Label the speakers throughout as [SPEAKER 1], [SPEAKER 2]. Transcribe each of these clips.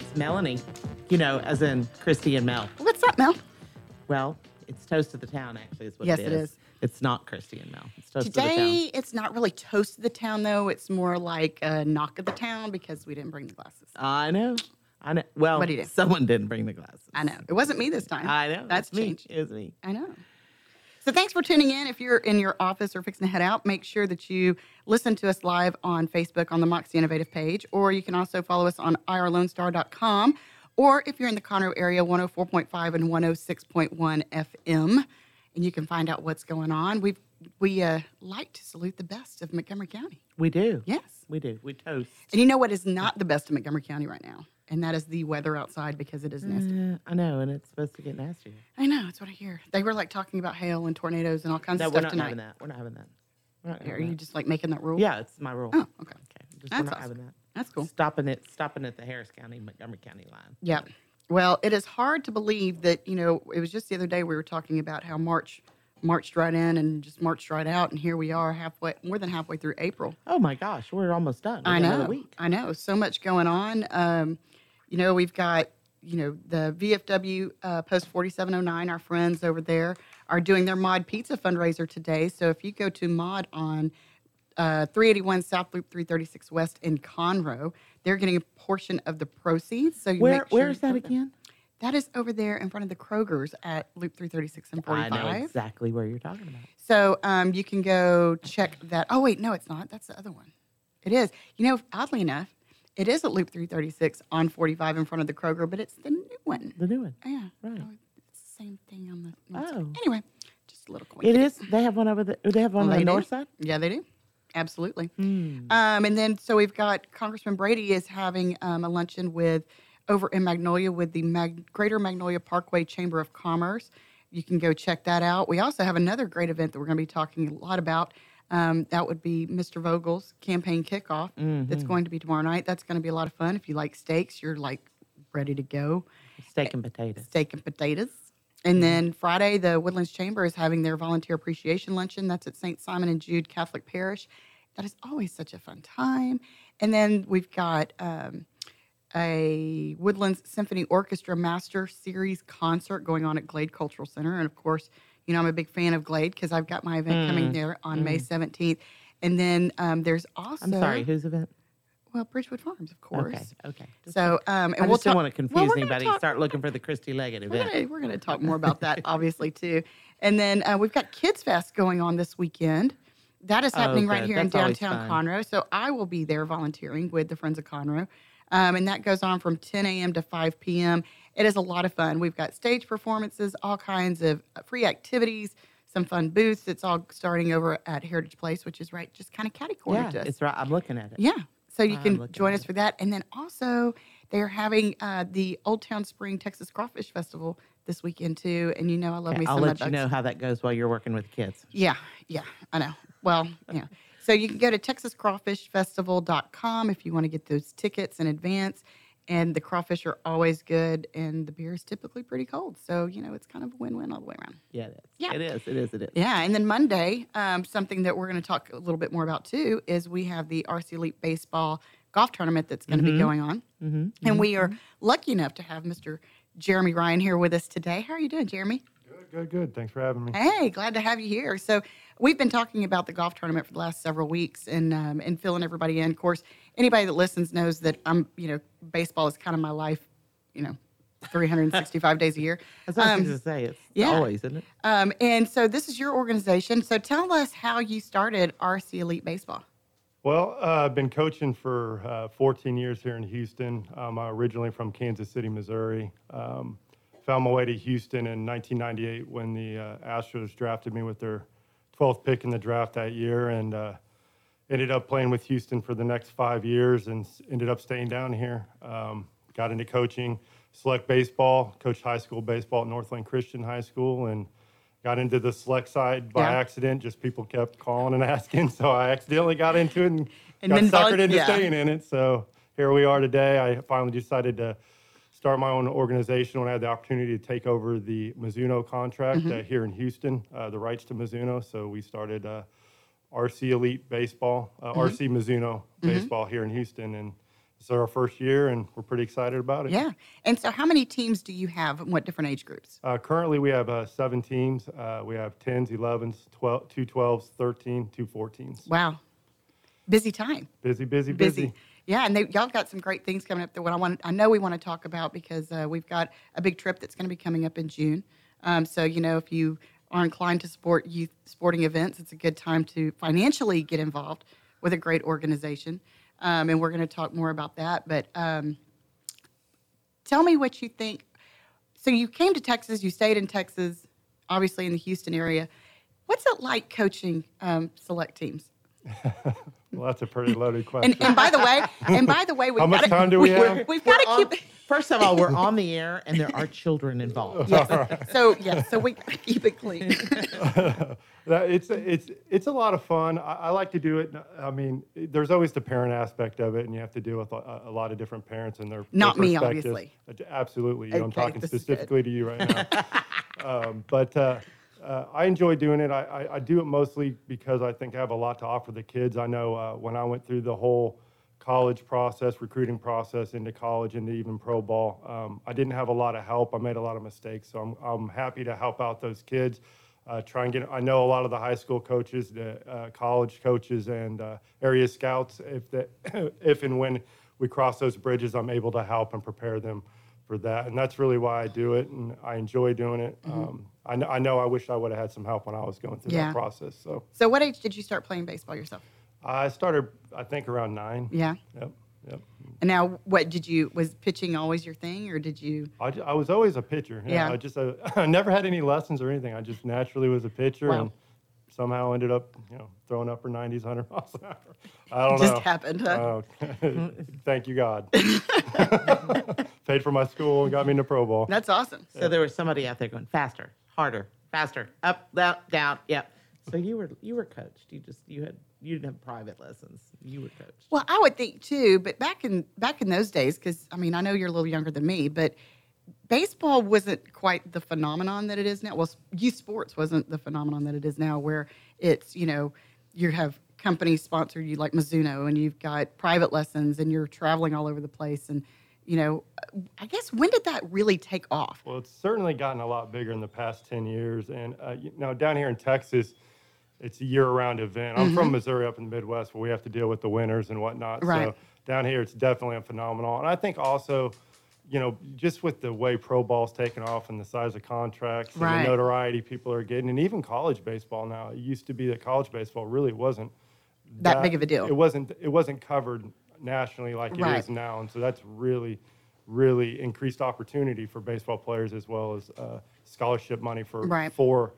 [SPEAKER 1] It's Melanie, you know, as in Christy and Mel.
[SPEAKER 2] What's up, Mel?
[SPEAKER 1] Well, it's Toast of the Town, actually, is what
[SPEAKER 2] Yes,
[SPEAKER 1] it
[SPEAKER 2] it
[SPEAKER 1] is.
[SPEAKER 2] is.
[SPEAKER 1] It's not Christy and Mel. It's Toast of the Town.
[SPEAKER 2] Today, it's not really toast of the town, though. It's more like a knock of the town because we didn't bring the glasses.
[SPEAKER 1] I know. I know. Well,
[SPEAKER 2] What do you do?
[SPEAKER 1] someone didn't bring the glasses.
[SPEAKER 2] I know. It wasn't me this time.
[SPEAKER 1] I know.
[SPEAKER 2] That's
[SPEAKER 1] It's me.
[SPEAKER 2] changed.
[SPEAKER 1] It's me.
[SPEAKER 2] I know. So thanks for tuning in. If you're in your office or fixing to head out, make sure that you listen to us live on Facebook on the Moxie Innovative page, or you can also follow us on irlonestar.com, or if you're in the Conroe area, 104.5 and 106.1 FM, and you can find out what's going on. We've, we uh, like to salute the best of Montgomery County.
[SPEAKER 1] We do.
[SPEAKER 2] Yes.
[SPEAKER 1] We do. We toast.
[SPEAKER 2] And you know what is
[SPEAKER 1] Mm.
[SPEAKER 2] not the best of Montgomery County right now? And that is the weather outside because it is nasty.
[SPEAKER 1] Uh, I know, and it's supposed to get nastier.
[SPEAKER 2] I know, that's what I hear. They were like talking about hail and tornadoes and all kinds
[SPEAKER 1] No,
[SPEAKER 2] of
[SPEAKER 1] we're
[SPEAKER 2] stuff
[SPEAKER 1] not
[SPEAKER 2] tonight.
[SPEAKER 1] having that. We're not having that. We're not
[SPEAKER 2] Are
[SPEAKER 1] having
[SPEAKER 2] you
[SPEAKER 1] that.
[SPEAKER 2] just like making that rule?
[SPEAKER 1] Yeah, it's my rule.
[SPEAKER 2] Oh, okay.
[SPEAKER 1] Okay. Just,
[SPEAKER 2] That's
[SPEAKER 1] we're not
[SPEAKER 2] awesome.
[SPEAKER 1] having that.
[SPEAKER 2] That's cool.
[SPEAKER 1] Stopping it, stopping at the Harris County, Montgomery County line.
[SPEAKER 2] Yeah. Well, it is hard to believe that, you know, it was just the other day we were talking about how March marched right in and just marched right out. And here we are halfway, more than halfway through April.
[SPEAKER 1] Oh my gosh, we're almost done. We
[SPEAKER 2] I
[SPEAKER 1] got another
[SPEAKER 2] know.
[SPEAKER 1] Week.
[SPEAKER 2] I know. So much going on. Um, you know, we've got, you know, the VFW uh, Post 4709, our friends over there are doing their Mod Pizza fundraiser today. So if you go to Mod on uh, 381 South Loop 336 West in Conroe, they're getting a portion of the proceeds. So you
[SPEAKER 1] Where
[SPEAKER 2] make sure
[SPEAKER 1] where is
[SPEAKER 2] you
[SPEAKER 1] that
[SPEAKER 2] vote them.
[SPEAKER 1] again?
[SPEAKER 2] That is over there in front of the Kroger's at Loop 336 and 45.
[SPEAKER 1] I know exactly where you're talking about.
[SPEAKER 2] So um, you can go check that. Oh, wait, no, it's not. That's the other one. It is. You know, oddly enough, it is at Loop 336 on 45 in front of the Kroger, but it's the new one.
[SPEAKER 1] The new one.
[SPEAKER 2] Yeah.
[SPEAKER 1] Right.
[SPEAKER 2] Oh, it's the same thing on the north side.
[SPEAKER 1] Oh.
[SPEAKER 2] Anyway, just a little
[SPEAKER 1] It
[SPEAKER 2] coincidence.
[SPEAKER 1] is. They have one over the. They have one
[SPEAKER 2] Well,
[SPEAKER 1] on
[SPEAKER 2] they
[SPEAKER 1] the
[SPEAKER 2] do.
[SPEAKER 1] north side. Mm,
[SPEAKER 2] Yeah, they do. Absolutely. Um, and then, so we've got Congressman Brady is having um, a luncheon with over in Magnolia with the Mag- Greater Magnolia Parkway Chamber of Commerce. You can go check that out. We also have another great event that we're going to be talking a lot about. Um, that would be Mr. Vogel's campaign kickoff. That's going to be tomorrow night. That's going to be a lot of fun. If you like steaks, you're like ready to go
[SPEAKER 1] Steak and potatoes.
[SPEAKER 2] steak and potatoes.
[SPEAKER 1] Mm-hmm.
[SPEAKER 2] And then Friday, the Woodlands Chamber is having their volunteer appreciation luncheon. That's at St. Simon and Jude Catholic Parish. That is always such a fun time. And then we've got um, a Woodlands Symphony Orchestra Master Series concert going on at Glade Cultural Center. And of course, you know, I'm a big fan of Glade because I've got my event
[SPEAKER 1] Mm,
[SPEAKER 2] coming there on May 17th. And then um, there's also,
[SPEAKER 1] I'm sorry. Whose event?
[SPEAKER 2] well, Bridgewood Farms, of course.
[SPEAKER 1] Okay. Okay.
[SPEAKER 2] So, um, and
[SPEAKER 1] I
[SPEAKER 2] we'll
[SPEAKER 1] just don't
[SPEAKER 2] talk-
[SPEAKER 1] want to confuse
[SPEAKER 2] well, we're gonna
[SPEAKER 1] anybody.
[SPEAKER 2] talk-
[SPEAKER 1] Start looking for the Christy Leggett
[SPEAKER 2] we're
[SPEAKER 1] event.
[SPEAKER 2] gonna, we're gonna talk more about that obviously too and then uh, we've got kids fest going on this weekend that is happening right
[SPEAKER 1] Oh, good.
[SPEAKER 2] here in
[SPEAKER 1] That's always
[SPEAKER 2] downtown
[SPEAKER 1] fun.
[SPEAKER 2] conroe so i will be there volunteering with the friends of conroe um, and that goes on from 10 a.m to 5 p.m it is a lot of fun we've got stage performances all kinds of uh, free activities some fun booths it's all starting over at heritage place which is right just kind of catty corner
[SPEAKER 1] yeah,
[SPEAKER 2] to us.
[SPEAKER 1] it's right. I'm looking at it.
[SPEAKER 2] Yeah. So you
[SPEAKER 1] I'm
[SPEAKER 2] can
[SPEAKER 1] looking
[SPEAKER 2] join
[SPEAKER 1] at
[SPEAKER 2] us for that. And then also, they are having uh, the Old Town Spring Texas Crawfish Festival this weekend, too. And you know, I love
[SPEAKER 1] Okay,
[SPEAKER 2] me
[SPEAKER 1] I'll
[SPEAKER 2] some
[SPEAKER 1] let you know how that goes while you're working with kids.
[SPEAKER 2] Yeah. Yeah. I know. Well, yeah. So you can go to texascrawfishfestival.com if you want to get those tickets in advance. And the crawfish are always good, and the beer is typically pretty cold. So, you know, it's kind of a win win all the way around.
[SPEAKER 1] Yeah, it is.
[SPEAKER 2] Yeah.
[SPEAKER 1] It is. It is. It is.
[SPEAKER 2] Yeah, and then Monday, um, something that we're going to talk a little bit more about too is we have the RC Elite Baseball Golf Tournament that's going to be going on,
[SPEAKER 1] Mhm.
[SPEAKER 2] and we are lucky enough to have Mr. Jeremy Ryan here with us today. How are you doing, Jeremy?
[SPEAKER 3] Good, good, good. Thanks for having me.
[SPEAKER 2] Hey, glad to have you here. So we've been talking about the golf tournament for the last several weeks, and um, and filling everybody in. Of course, anybody that listens knows that I'm, you know, baseball is kind of my life, you know, 365 days a year.
[SPEAKER 1] That's what I
[SPEAKER 2] Um,
[SPEAKER 1] was going to say. It's
[SPEAKER 2] yeah.
[SPEAKER 1] always, isn't it?
[SPEAKER 2] um, and so this is your organization. So tell us how you started RC Elite Baseball.
[SPEAKER 3] Well, uh, I've been coaching for uh, 14 years here in Houston. Um, I'm originally from Kansas City, Missouri. Um, found my way to Houston in 1998 when the uh, Astros drafted me with their 12th pick in the draft that year, and uh, ended up playing with Houston for the next five years, and s- ended up staying down here. Um, got into coaching, select baseball, coached high school baseball at Northland Christian High School, and got into the select side by
[SPEAKER 2] Yeah.
[SPEAKER 3] accident. Just people kept calling and asking, so I accidentally got into it and,
[SPEAKER 2] And
[SPEAKER 3] got
[SPEAKER 2] then vol-
[SPEAKER 3] suckered into
[SPEAKER 2] yeah.
[SPEAKER 3] staying in it. So here we are today. I finally decided to start my own organization when I had the opportunity to take over the Mizuno contract
[SPEAKER 2] Mm-hmm.
[SPEAKER 3] uh, here in Houston, uh, the rights to Mizuno. So we started uh, RC Elite Baseball, uh,
[SPEAKER 2] Mm-hmm.
[SPEAKER 3] RC Mizuno Baseball here in Houston, and it's our first year, and we're pretty excited about it.
[SPEAKER 2] Yeah. And so, how many teams do you have and what different age groups?
[SPEAKER 3] Uh, currently, we have uh, seven teams. Uh, we have 10s, 11s, 12, two 12s, 13, two 14s.
[SPEAKER 2] Wow. Busy time.
[SPEAKER 3] Busy, busy, busy.
[SPEAKER 2] busy. Yeah, and they, y'all got some great things coming up that what I want I know we want to talk about because uh, we've got a big trip that's going to be coming up in June. Um, so you know if you are inclined to support youth sporting events, it's a good time to financially get involved with a great organization. Um, and we're going to talk more about that. But um, tell me what you think. So you came to Texas, you stayed in Texas, obviously in the Houston area. What's it like coaching um, select teams?
[SPEAKER 3] Well, that's a pretty loaded question.
[SPEAKER 2] And, and by the way, and by the way, we've
[SPEAKER 3] How much
[SPEAKER 2] gotta,
[SPEAKER 3] time do we have?
[SPEAKER 2] We've
[SPEAKER 1] We're
[SPEAKER 2] got to
[SPEAKER 1] on-
[SPEAKER 2] keep.
[SPEAKER 1] First of all, we're on the air and there are children involved.
[SPEAKER 2] Yes. So yeah, so we gotta keep it clean. uh,
[SPEAKER 3] That- it's it's it's a lot of fun. I, I like to do it. I mean, there's always the parent aspect of it, and you have to deal with a, a lot of different parents and their their
[SPEAKER 2] Not me,
[SPEAKER 3] perspectives.
[SPEAKER 2] obviously.
[SPEAKER 3] Absolutely, you know, I'm
[SPEAKER 2] Okay,
[SPEAKER 3] talking
[SPEAKER 2] this is good.
[SPEAKER 3] specifically to you right now. um, but uh, uh, I enjoy doing it. I, I, I do it mostly because I think I have a lot to offer the kids. I know uh, when I went through the whole college process, recruiting process into college, into even pro ball, um, I didn't have a lot of help. I made a lot of mistakes, so I'm, I'm happy to help out those kids. Uh, try and get. I know a lot of the high school coaches, the uh, college coaches, and uh, area scouts. If that, if and when we cross those bridges, I'm able to help and prepare them for that, and that's really why I do it, and I enjoy doing it. Um, I, know, I know I wish I would have had some help when I was going through
[SPEAKER 2] Mm-hmm. Yeah.
[SPEAKER 3] that process. So
[SPEAKER 2] So what age did you start playing baseball yourself?
[SPEAKER 3] I started, I think, around nine.
[SPEAKER 2] Yeah.
[SPEAKER 3] Yep. Yep.
[SPEAKER 2] And now, what did you? Was pitching always your thing, or did you?
[SPEAKER 3] I, ju- I was always a pitcher. you know,
[SPEAKER 2] Yeah.
[SPEAKER 3] I just uh, I never had any lessons or anything. I just naturally was a pitcher
[SPEAKER 2] Wow.
[SPEAKER 3] and somehow ended up, you know, throwing upper 90s, 100 miles an hour. I don't
[SPEAKER 2] Just Mm.
[SPEAKER 3] know. Uh,
[SPEAKER 2] happened, huh?
[SPEAKER 3] I don't- Thank you, God. Paid for my school and got me into pro ball.
[SPEAKER 2] That's awesome.
[SPEAKER 1] So there was somebody out there going faster, harder, faster, up, down, down. Yep. So you were you were coached. You just you had you didn't have private lessons. You were coached.
[SPEAKER 2] Well, I would think too, but back in back in those days, because I mean, I know you're a little younger than me, but baseball wasn't quite the phenomenon that it is now. Well, s- youth sports wasn't the phenomenon that it is now, where it's you know you have companies sponsor you like Mizuno, and you've got private lessons, and you're traveling all over the place, and you know, I guess when did that really take off?
[SPEAKER 3] Well, it's certainly gotten a lot bigger in the past 10 years. And uh, you know, down here in Texas, it's a year-round event. I'm
[SPEAKER 2] Mm-hmm.
[SPEAKER 3] from Missouri, up in the Midwest, where we have to deal with the winters and whatnot.
[SPEAKER 2] Right.
[SPEAKER 3] So down here, it's definitely a phenomenal. And I think also, you know, just with the way pro ball's taken off and the size of contracts and
[SPEAKER 2] Right.
[SPEAKER 3] the notoriety people are getting, and even college baseball now. It used to be that college baseball really wasn't
[SPEAKER 2] That big of a deal.
[SPEAKER 3] It wasn't. It wasn't covered nationally like it
[SPEAKER 2] Right.
[SPEAKER 3] is now, and so that's really, really increased opportunity for baseball players as well as uh, scholarship money for
[SPEAKER 2] Right.
[SPEAKER 3] for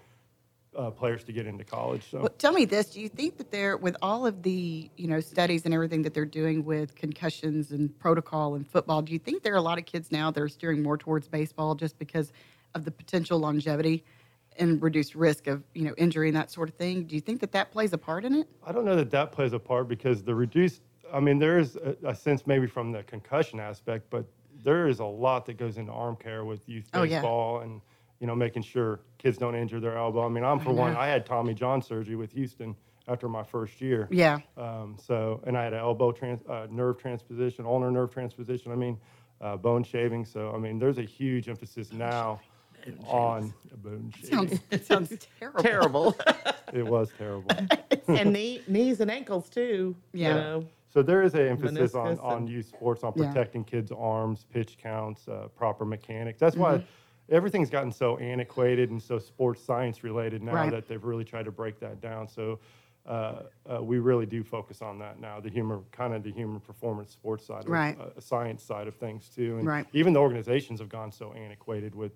[SPEAKER 3] uh, players to get into college. So
[SPEAKER 2] Well, tell me this: Do you think that they're with all of the you know studies and everything that they're doing with concussions and protocol and football? Do you think there are a lot of kids now that are steering more towards baseball just because of the potential longevity and reduced risk of you know injury and that sort of thing? Do you think that that plays a part in it?
[SPEAKER 3] I don't know that that plays a part because the reduced. I mean, there is a, a sense maybe from the concussion aspect, but there is a lot that goes into arm care with youth
[SPEAKER 2] Oh, yeah.
[SPEAKER 3] baseball and you know making sure kids don't injure their elbow. I mean, I'm for one. I had Tommy John surgery with Houston after my first year.
[SPEAKER 2] Yeah.
[SPEAKER 3] Um, so, and I had an elbow trans, uh, nerve transposition, ulnar nerve transposition. I mean, uh, bone shaving. So, I mean, there's a huge emphasis now on bone shaving.
[SPEAKER 2] Sounds it sounds terrible.
[SPEAKER 1] Terrible.
[SPEAKER 3] It was terrible.
[SPEAKER 1] and knee, knees and ankles too.
[SPEAKER 2] Yeah.
[SPEAKER 1] You know.
[SPEAKER 3] So there is an emphasis on,
[SPEAKER 1] Meniscus
[SPEAKER 3] on
[SPEAKER 1] and-
[SPEAKER 3] youth sports, on
[SPEAKER 2] Yeah.
[SPEAKER 3] protecting kids' arms, pitch counts, uh, proper mechanics. That's why
[SPEAKER 2] Mm-hmm.
[SPEAKER 3] everything's gotten so antiquated and so sports science related now
[SPEAKER 2] Right.
[SPEAKER 3] that they've really tried to break that down. So uh, uh, we really do focus on that now, the human kind of the human performance sports side, of,
[SPEAKER 2] Right.
[SPEAKER 3] uh, science side of things too, and
[SPEAKER 2] Right.
[SPEAKER 3] even the organizations have gone so antiquated with,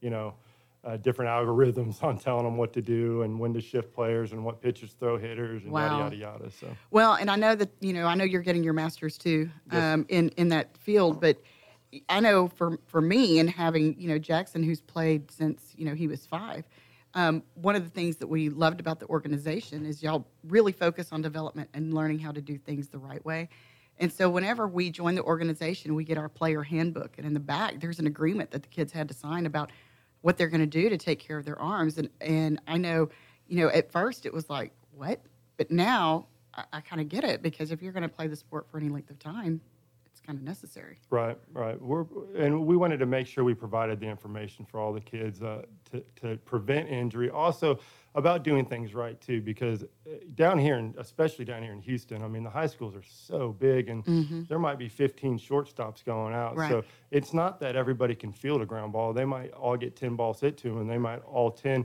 [SPEAKER 3] you know. Uh, different algorithms on telling them what to do and when to shift players and what pitches throw hitters and
[SPEAKER 2] Wow.
[SPEAKER 3] yada yada yada. So
[SPEAKER 2] Well, and I know that you know I know you're getting your master's too um, in in that field, but I know for for me and having you know Jackson, who's played since you know he was five. Um, one of the things that we loved about the organization is y'all really focus on development and learning how to do things the right way. And so whenever we join the organization, we get our player handbook, and in the back there's an agreement that the kids had to sign about what they're going to do to take care of their arms. And and I know, you know, at first it was like what, but now I, I kind of get it because if you're going to play the sport for any length of time, it's kind of necessary.
[SPEAKER 3] Right, right. We're, and we wanted to make sure we provided the information for all the kids uh, to, to prevent injury. Also, about doing things right too, because uh, down here, and especially down here in Houston, I mean, the high schools are so big, and there might be 15 shortstops going out.
[SPEAKER 2] Right.
[SPEAKER 3] So it's not that everybody can field a ground ball. They might all get 10 balls hit to them, and they might all 10.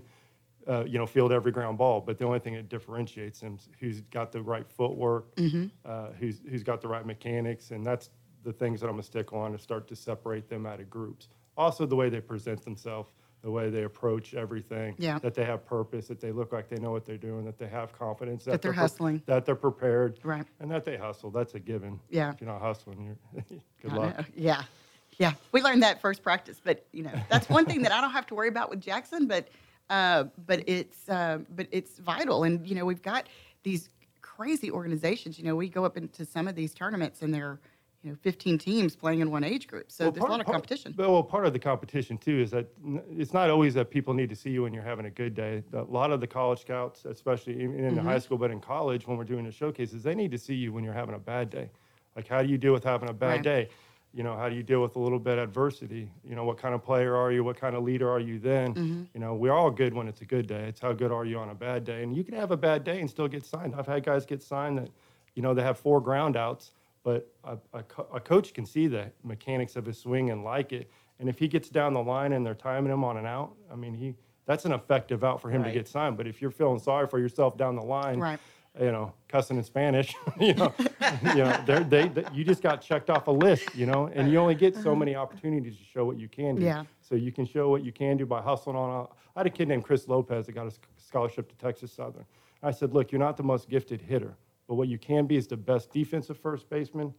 [SPEAKER 3] Uh, you know, field every ground ball, but the only thing that differentiates them is who's got the right footwork,
[SPEAKER 2] Mm-hmm.
[SPEAKER 3] uh, who's who's got the right mechanics, and that's the things that I'm gonna stick on to start to separate them out of groups. Also, the way they present themselves, the way they approach everything,
[SPEAKER 2] Yeah.
[SPEAKER 3] that they have purpose, that they look like they know what they're doing, that they have confidence, that,
[SPEAKER 2] they're
[SPEAKER 3] pre-
[SPEAKER 2] hustling.
[SPEAKER 3] that they're prepared,
[SPEAKER 2] Right.
[SPEAKER 3] and that they hustle. That's a given.
[SPEAKER 2] Yeah.
[SPEAKER 3] If you're not hustling, you're good
[SPEAKER 2] I
[SPEAKER 3] luck.
[SPEAKER 2] know. Yeah. Yeah. We learned that first practice, but you know, that's one thing that I don't have to worry about with Jackson, but uh, but it's uh, but it's vital. And you know, we've got these crazy organizations. You know, we go up into some of these tournaments and there are, you know, 15 teams playing in one age group. So
[SPEAKER 3] Well,
[SPEAKER 2] there's
[SPEAKER 3] part-
[SPEAKER 2] a lot of
[SPEAKER 3] part-
[SPEAKER 2] competition.
[SPEAKER 3] but, well, part of the competition too is that n- it's not always that people need to see you when you're having a good day. A lot of the college scouts, especially in, in high
[SPEAKER 2] Mm-hmm.
[SPEAKER 3] school, but in college when we're doing the showcases, they need to see you when you're having a bad day. Like, how do you deal with having a bad
[SPEAKER 2] Right.
[SPEAKER 3] day? You know, how do you deal with a little bit of adversity? You know, what kind of player are you? What kind of leader are you then? You know, we're all good when it's a good day. It's how good are you on a bad day? And you can have a bad day and still get signed. I've had guys get signed that, you know, they have four ground outs but a, a, co- a coach can see the mechanics of his swing and like it. And if he gets down the line and they're timing him on an out, I mean, he that's an effective out for him
[SPEAKER 1] Right.
[SPEAKER 3] to get signed. But if you're feeling sorry for yourself down the line,
[SPEAKER 2] Right.
[SPEAKER 3] you know, cussing in Spanish, you know, you know, they're, they, they you just got checked off a list, you know, and you only get so many opportunities to show what you can do.
[SPEAKER 2] Yeah.
[SPEAKER 3] So you can show what you can do by hustling on. out. I had a kid named Chris Lopez that got a sc- scholarship to Texas Southern. I said, look, you're not the most gifted hitter, but what you can be is the best defensive first baseman,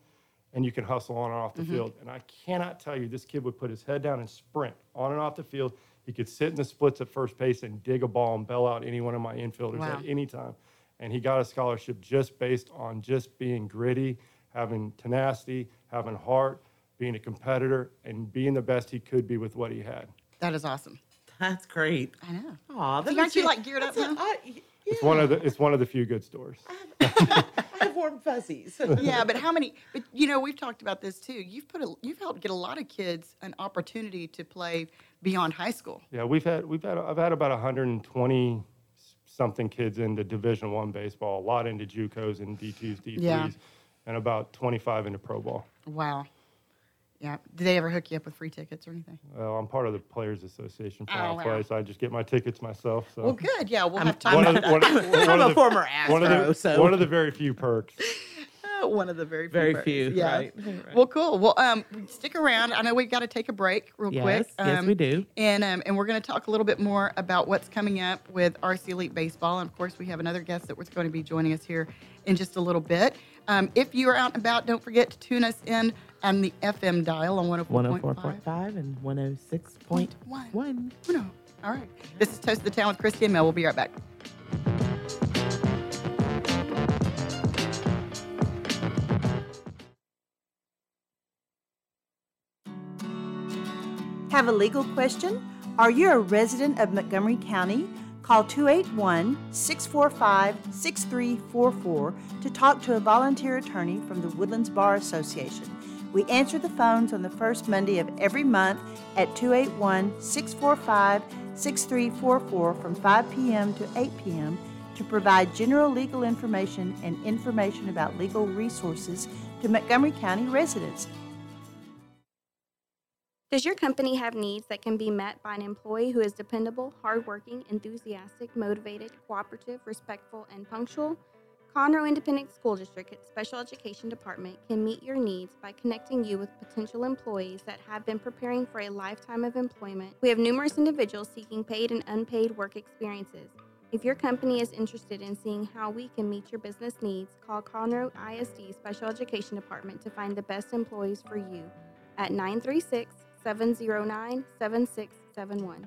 [SPEAKER 3] and you can hustle on and off the
[SPEAKER 2] Mm-hmm.
[SPEAKER 3] field. And I cannot tell you, this kid would put his head down and sprint on and off the field. He could sit in the splits at first base and dig a ball and bail out any one of my infielders
[SPEAKER 2] Wow.
[SPEAKER 3] at any time. And he got a scholarship just based on just being gritty, having tenacity, having heart, being a competitor, and being the best he could be with what he had.
[SPEAKER 2] That is awesome.
[SPEAKER 1] That's great.
[SPEAKER 2] I know.
[SPEAKER 3] Oh.
[SPEAKER 1] Aw, that
[SPEAKER 2] See,
[SPEAKER 1] makes
[SPEAKER 2] aren't you,
[SPEAKER 1] me-
[SPEAKER 2] like, geared up
[SPEAKER 1] that's a-
[SPEAKER 2] now?
[SPEAKER 1] I-
[SPEAKER 3] It's one of the it's one of the few good stories.
[SPEAKER 1] I have warm fuzzies.
[SPEAKER 2] yeah, but how many? But you know, we've talked about this too. You've put a, you've helped get a lot of kids an opportunity to play beyond high school.
[SPEAKER 3] Yeah, we've had we've had I've had about 120 something kids into Division One baseball, a lot into JUCOs and D2s, D3s,
[SPEAKER 2] Yeah.
[SPEAKER 3] and about 25 into pro ball.
[SPEAKER 2] Wow. Yeah. Did they ever hook you up with free tickets or anything?
[SPEAKER 3] Well, I'm part of the Players Association for
[SPEAKER 2] Oh,
[SPEAKER 3] my
[SPEAKER 2] wow.
[SPEAKER 3] place. I just get my tickets myself. So
[SPEAKER 2] Well, good. Yeah, we'll have time.
[SPEAKER 3] One of the- one of- one
[SPEAKER 1] I'm
[SPEAKER 3] of
[SPEAKER 1] a
[SPEAKER 3] the-
[SPEAKER 1] former
[SPEAKER 3] one of the-
[SPEAKER 1] Astro, so
[SPEAKER 3] one of the very few perks.
[SPEAKER 2] Uh, one of the very few.
[SPEAKER 1] Very
[SPEAKER 2] birds.
[SPEAKER 1] few,
[SPEAKER 2] Yeah.
[SPEAKER 1] right, right.
[SPEAKER 2] Well, cool. Well, um, stick around. I know we've got to take a break real quick.
[SPEAKER 1] Yes, yes,
[SPEAKER 2] Um,
[SPEAKER 1] we do.
[SPEAKER 2] And um, and we're going to talk a little bit more about what's coming up with RC Elite Baseball. And of course, we have another guest that was going to be joining us here in just a little bit. Um, if you are out and about, don't forget to tune us in on the FM dial on 104.5.
[SPEAKER 1] 104.5 and 106.1.
[SPEAKER 2] Uno. All right. This is Toast of the Town with Christy and Mel. We'll be right back.
[SPEAKER 4] Have a legal question? Are you a resident of Montgomery County? Call 281 645 6344 to talk to a volunteer attorney from the Woodlands Bar Association. We answer the phones on the first Monday of every month at 281 645 6344 from 5 p.m. to 8 p.m. to provide general legal information and information about legal resources to Montgomery County residents.
[SPEAKER 5] Does your company have needs that can be met by an employee who is dependable, hardworking, enthusiastic, motivated, cooperative, respectful, and punctual? Conroe Independent School District's Special Education Department can meet your needs by connecting you with potential employees that have been preparing for a lifetime of employment. We have numerous individuals seeking paid and unpaid work experiences. If your company is interested in seeing how we can meet your business needs, call Conroe ISD Special Education Department to find the best employees for you. at 936 709 7671.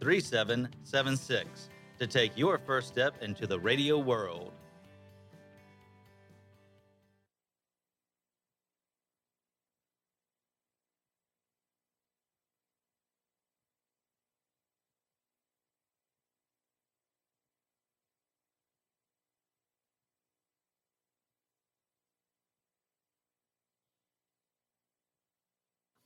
[SPEAKER 6] 3776 to take your first step into the radio world.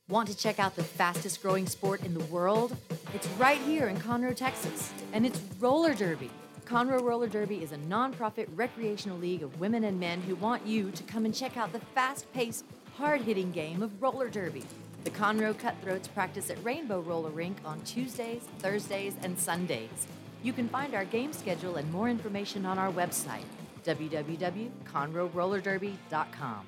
[SPEAKER 7] Want to check out the fastest growing sport in the world? It's right here in Conroe, Texas, and it's roller derby. Conroe Roller Derby is a nonprofit recreational league of women and men who want you to come and check out the fast paced, hard hitting game of roller derby. The Conroe Cutthroats practice at Rainbow Roller Rink on Tuesdays, Thursdays, and Sundays. You can find our game schedule and more information on our website, www.conroerollerderby.com.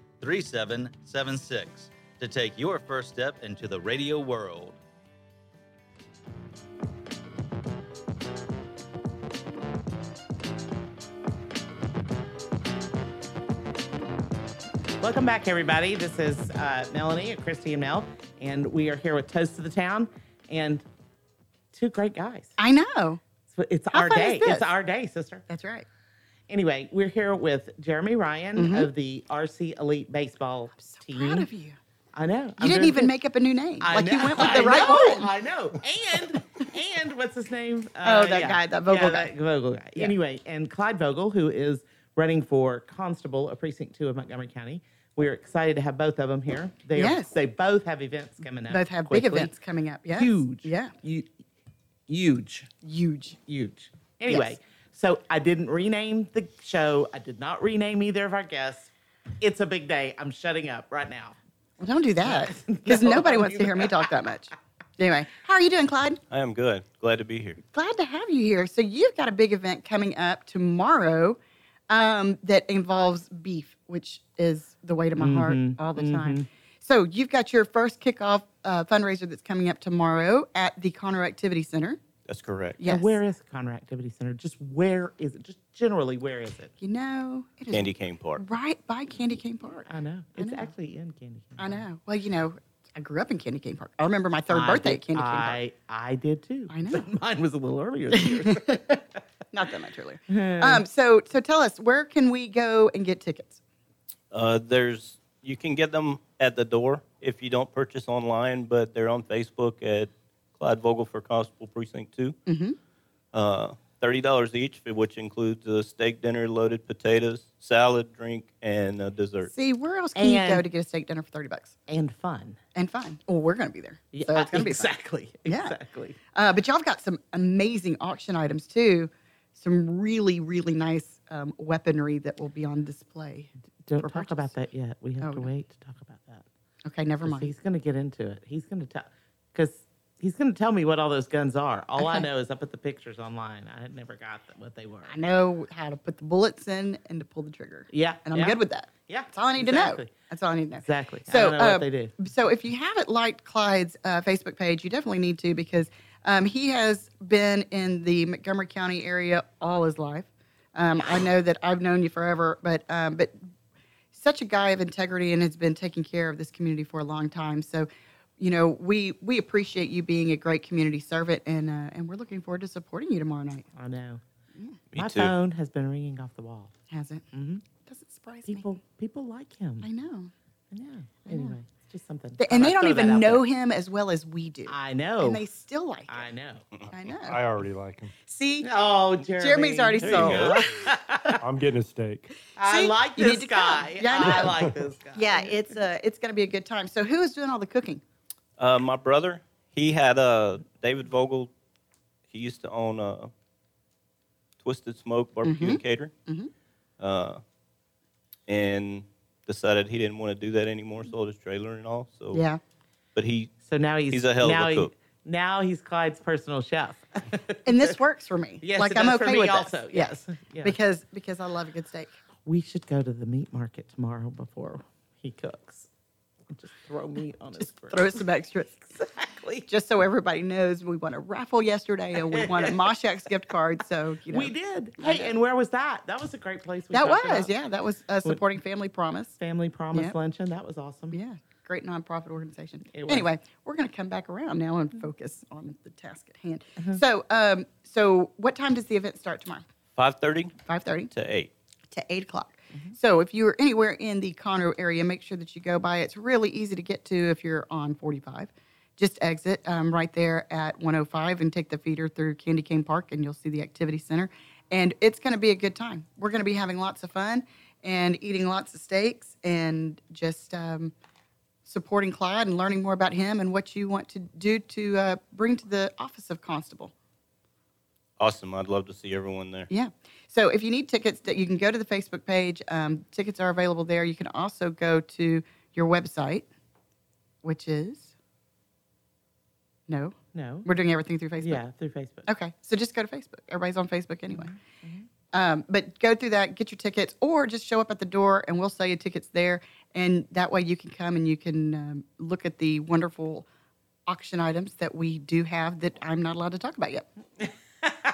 [SPEAKER 6] 3776 to take your first step into the radio world.
[SPEAKER 1] Welcome back, everybody. This is uh, Melanie at Christy and Mel, and we are here with Toast to the Town and two great guys.
[SPEAKER 2] I know.
[SPEAKER 1] So It's
[SPEAKER 2] How
[SPEAKER 1] our
[SPEAKER 2] fun
[SPEAKER 1] day.
[SPEAKER 2] is this?
[SPEAKER 1] It's our day, sister.
[SPEAKER 2] That's right.
[SPEAKER 1] Anyway, we're here with Jeremy Ryan of the RC Elite Baseball team.
[SPEAKER 2] Mm-hmm. Proud of you.
[SPEAKER 1] I know.
[SPEAKER 2] You didn't even make up a new name. like you went with the right one.
[SPEAKER 1] I know. And and what's his name? Uh,
[SPEAKER 2] Oh, that guy, that Vogel
[SPEAKER 1] yeah,
[SPEAKER 2] guy.
[SPEAKER 1] that Vogel guy.
[SPEAKER 2] Yeah.
[SPEAKER 1] Anyway, and Clyde Vogel, who is running for constable of precinct two of Montgomery County. We are excited to have both of them here. They are-
[SPEAKER 2] Yes.
[SPEAKER 1] they both have events coming up.
[SPEAKER 2] Both have
[SPEAKER 1] quickly.
[SPEAKER 2] big events coming up. Yes.
[SPEAKER 1] Huge.
[SPEAKER 2] Yeah.
[SPEAKER 1] Hu- Huge
[SPEAKER 2] Huge.
[SPEAKER 1] huge. Anyway, so I didn't rename the show. I did not rename either of our guests. It's a big day. I'm shutting up right now.
[SPEAKER 2] Well, don't do that because
[SPEAKER 1] No,
[SPEAKER 2] nobody
[SPEAKER 1] don't
[SPEAKER 2] wants
[SPEAKER 1] do
[SPEAKER 2] to hear me talk that much. Anyway, how are you doing, Clyde?
[SPEAKER 8] I am good. Glad to be here.
[SPEAKER 2] Glad to have you here. So you've got a big event coming up tomorrow um, that involves beef, which is the weight of my heart
[SPEAKER 1] Mm-hmm.
[SPEAKER 2] all the time. So you've got your first kickoff uh, fundraiser that's coming up tomorrow at the Conroe Activity Center.
[SPEAKER 8] That's correct.
[SPEAKER 1] Now,
[SPEAKER 2] Yes.
[SPEAKER 1] where is Conrad Activity Center? Just where is it? Just generally, where is it?
[SPEAKER 2] you know it is
[SPEAKER 8] Candy cane Park.
[SPEAKER 2] right by Candy Cane Park.
[SPEAKER 1] I know. It's actually in Candy Cane.
[SPEAKER 2] I know. Well, you know, I grew up in Candy Cane Park. I remember my third
[SPEAKER 1] I
[SPEAKER 2] birthday at
[SPEAKER 1] did-
[SPEAKER 2] Candy Cane Park.
[SPEAKER 1] I, I did too.
[SPEAKER 2] I know.
[SPEAKER 1] But mine was a little earlier this year.
[SPEAKER 2] Not that much
[SPEAKER 1] Hmm.
[SPEAKER 2] earlier. um, so, so tell us, where can we go and get tickets?
[SPEAKER 8] Uh, there's you can get them at the door if you don't purchase online, but they're on Facebook at Clyde Vogel for Constable Precinct 2 Mm-hmm. Uh, Thirty dollars each, which includes a steak dinner, loaded potatoes, salad, drink, and a dessert.
[SPEAKER 2] See, where else can you go
[SPEAKER 1] And-
[SPEAKER 2] to get a steak dinner for thirty bucks?
[SPEAKER 1] and fun.
[SPEAKER 2] And fine. Well, we're going to be there. so it's going to be fun.
[SPEAKER 1] exactly.
[SPEAKER 2] Yeah.
[SPEAKER 1] Exactly.
[SPEAKER 2] Uh, but y'all have got some amazing auction items too. Some really, really nice um, weaponry that will be on display.
[SPEAKER 1] Don't
[SPEAKER 2] For
[SPEAKER 1] talk about that yet. We have
[SPEAKER 2] Oh,
[SPEAKER 1] to
[SPEAKER 2] okay.
[SPEAKER 1] wait to talk about that.
[SPEAKER 2] Okay, never
[SPEAKER 1] 'Cause
[SPEAKER 2] mind.
[SPEAKER 1] He's going to get into it. He's going to tell because he's going to tell me what all those guns are. All I
[SPEAKER 2] Okay.
[SPEAKER 1] know is I put the pictures online. I had never got them, what they were.
[SPEAKER 2] I know how to put the bullets in and to pull the trigger.
[SPEAKER 1] Yeah,
[SPEAKER 2] And I'm
[SPEAKER 1] yeah.
[SPEAKER 2] good with that.
[SPEAKER 1] Yeah,
[SPEAKER 2] That's all I need to know.
[SPEAKER 1] exactly.
[SPEAKER 2] That's all I need to know.
[SPEAKER 1] Exactly. I
[SPEAKER 2] So,
[SPEAKER 1] don't know what
[SPEAKER 2] uh,
[SPEAKER 1] they do.
[SPEAKER 2] So if you haven't liked Clyde's uh, Facebook page, you definitely need to because um, he has been in the Montgomery County area all his life. Um, I know that I've known you forever, but um, but such a guy of integrity and has been taking care of this community for a long time. So, you know, we we appreciate you being a great community servant, and uh, and we're looking forward to supporting you tomorrow night.
[SPEAKER 1] I know.
[SPEAKER 8] Me
[SPEAKER 1] My
[SPEAKER 8] too.
[SPEAKER 1] phone has been ringing off the wall.
[SPEAKER 2] Has it? Mm-hmm. Doesn't surprised me.
[SPEAKER 1] People people like him.
[SPEAKER 2] I know.
[SPEAKER 1] I know. Anyway, it's just something.
[SPEAKER 2] Th- And they
[SPEAKER 1] Thought I'd
[SPEAKER 2] don't
[SPEAKER 1] throw that
[SPEAKER 2] even
[SPEAKER 1] out
[SPEAKER 2] know
[SPEAKER 1] there.
[SPEAKER 2] him as well as we do.
[SPEAKER 1] I know.
[SPEAKER 2] And they still like it.
[SPEAKER 1] I know.
[SPEAKER 2] I know.
[SPEAKER 3] I already like him.
[SPEAKER 2] See,
[SPEAKER 1] Oh, Jeremy.
[SPEAKER 2] Jeremy's already
[SPEAKER 8] you
[SPEAKER 2] sold.
[SPEAKER 8] go.
[SPEAKER 3] I'm getting a steak.
[SPEAKER 1] I
[SPEAKER 2] See,
[SPEAKER 1] like
[SPEAKER 2] you need
[SPEAKER 1] this
[SPEAKER 2] to come.
[SPEAKER 1] guy.
[SPEAKER 2] Yeah, I
[SPEAKER 1] I
[SPEAKER 2] know.
[SPEAKER 1] like this guy.
[SPEAKER 2] Yeah, it's uh, it's gonna be a good time. So who is doing all the cooking?
[SPEAKER 8] Uh, my brother, he had uh, David Vogel. He used to own uh, Twisted Smoke
[SPEAKER 2] Mm-hmm.
[SPEAKER 8] Barbecue and Catering, uh, and decided he didn't want to do that anymore. Sold his trailer and all. So
[SPEAKER 2] Yeah.
[SPEAKER 8] but he
[SPEAKER 1] So now he's
[SPEAKER 8] He's a hell of a
[SPEAKER 1] now
[SPEAKER 8] cook.
[SPEAKER 1] He, now he's Clyde's personal chef.
[SPEAKER 2] And this works for me.
[SPEAKER 1] Yes,
[SPEAKER 2] like
[SPEAKER 1] it
[SPEAKER 2] I'm
[SPEAKER 1] does
[SPEAKER 2] okay
[SPEAKER 1] for me
[SPEAKER 2] with this.
[SPEAKER 1] also. Yes. Yeah.
[SPEAKER 2] Because because I love a good steak.
[SPEAKER 1] we should go to the meat market tomorrow before he cooks. Just throw meat on his grill.
[SPEAKER 2] Throw us some extras.
[SPEAKER 1] exactly.
[SPEAKER 2] Just so everybody knows, we won a raffle yesterday and we won a Moshak's gift card. So you know
[SPEAKER 1] We did. Hey, and where was that? That was a great place. We
[SPEAKER 2] that
[SPEAKER 1] talked about.
[SPEAKER 2] was yeah. That was uh, supporting Family Promise.
[SPEAKER 1] Family Promise
[SPEAKER 2] Yep.
[SPEAKER 1] Luncheon. That was awesome.
[SPEAKER 2] Yeah, great nonprofit organization.
[SPEAKER 1] It was.
[SPEAKER 2] Anyway, we're going to come back around now and focus on the task at hand.
[SPEAKER 1] Mm-hmm.
[SPEAKER 2] So, um, so what time does the event start tomorrow?
[SPEAKER 8] five thirty
[SPEAKER 2] Five thirty
[SPEAKER 8] to eight.
[SPEAKER 2] to eight o'clock. So, if you're anywhere in the Conroe area, make sure that you go by. It's really easy to get to if you're on 45. Just exit um, right there at 105 and take the feeder through Candy Cane Park, and you'll see the activity center. And it's going to be a good time. We're going to be having lots of fun and eating lots of steaks and just um, supporting Clyde and learning more about him and what you want to do to uh, bring to the office of constable.
[SPEAKER 8] Awesome. I'd love to see everyone there.
[SPEAKER 2] Yeah. So if you need tickets, that you can go to the Facebook page. Um, tickets are available there. You can also go to your website, which is no,
[SPEAKER 1] No.
[SPEAKER 2] we're doing everything through Facebook.
[SPEAKER 1] Yeah, through Facebook.
[SPEAKER 2] Okay. So just go to Facebook. Everybody's on Facebook anyway. Um, but go through that, get your tickets, or just show up at the door and we'll sell you tickets there. And that way you can come and you can um, look at the wonderful auction items that we do have that I'm not allowed to talk about yet.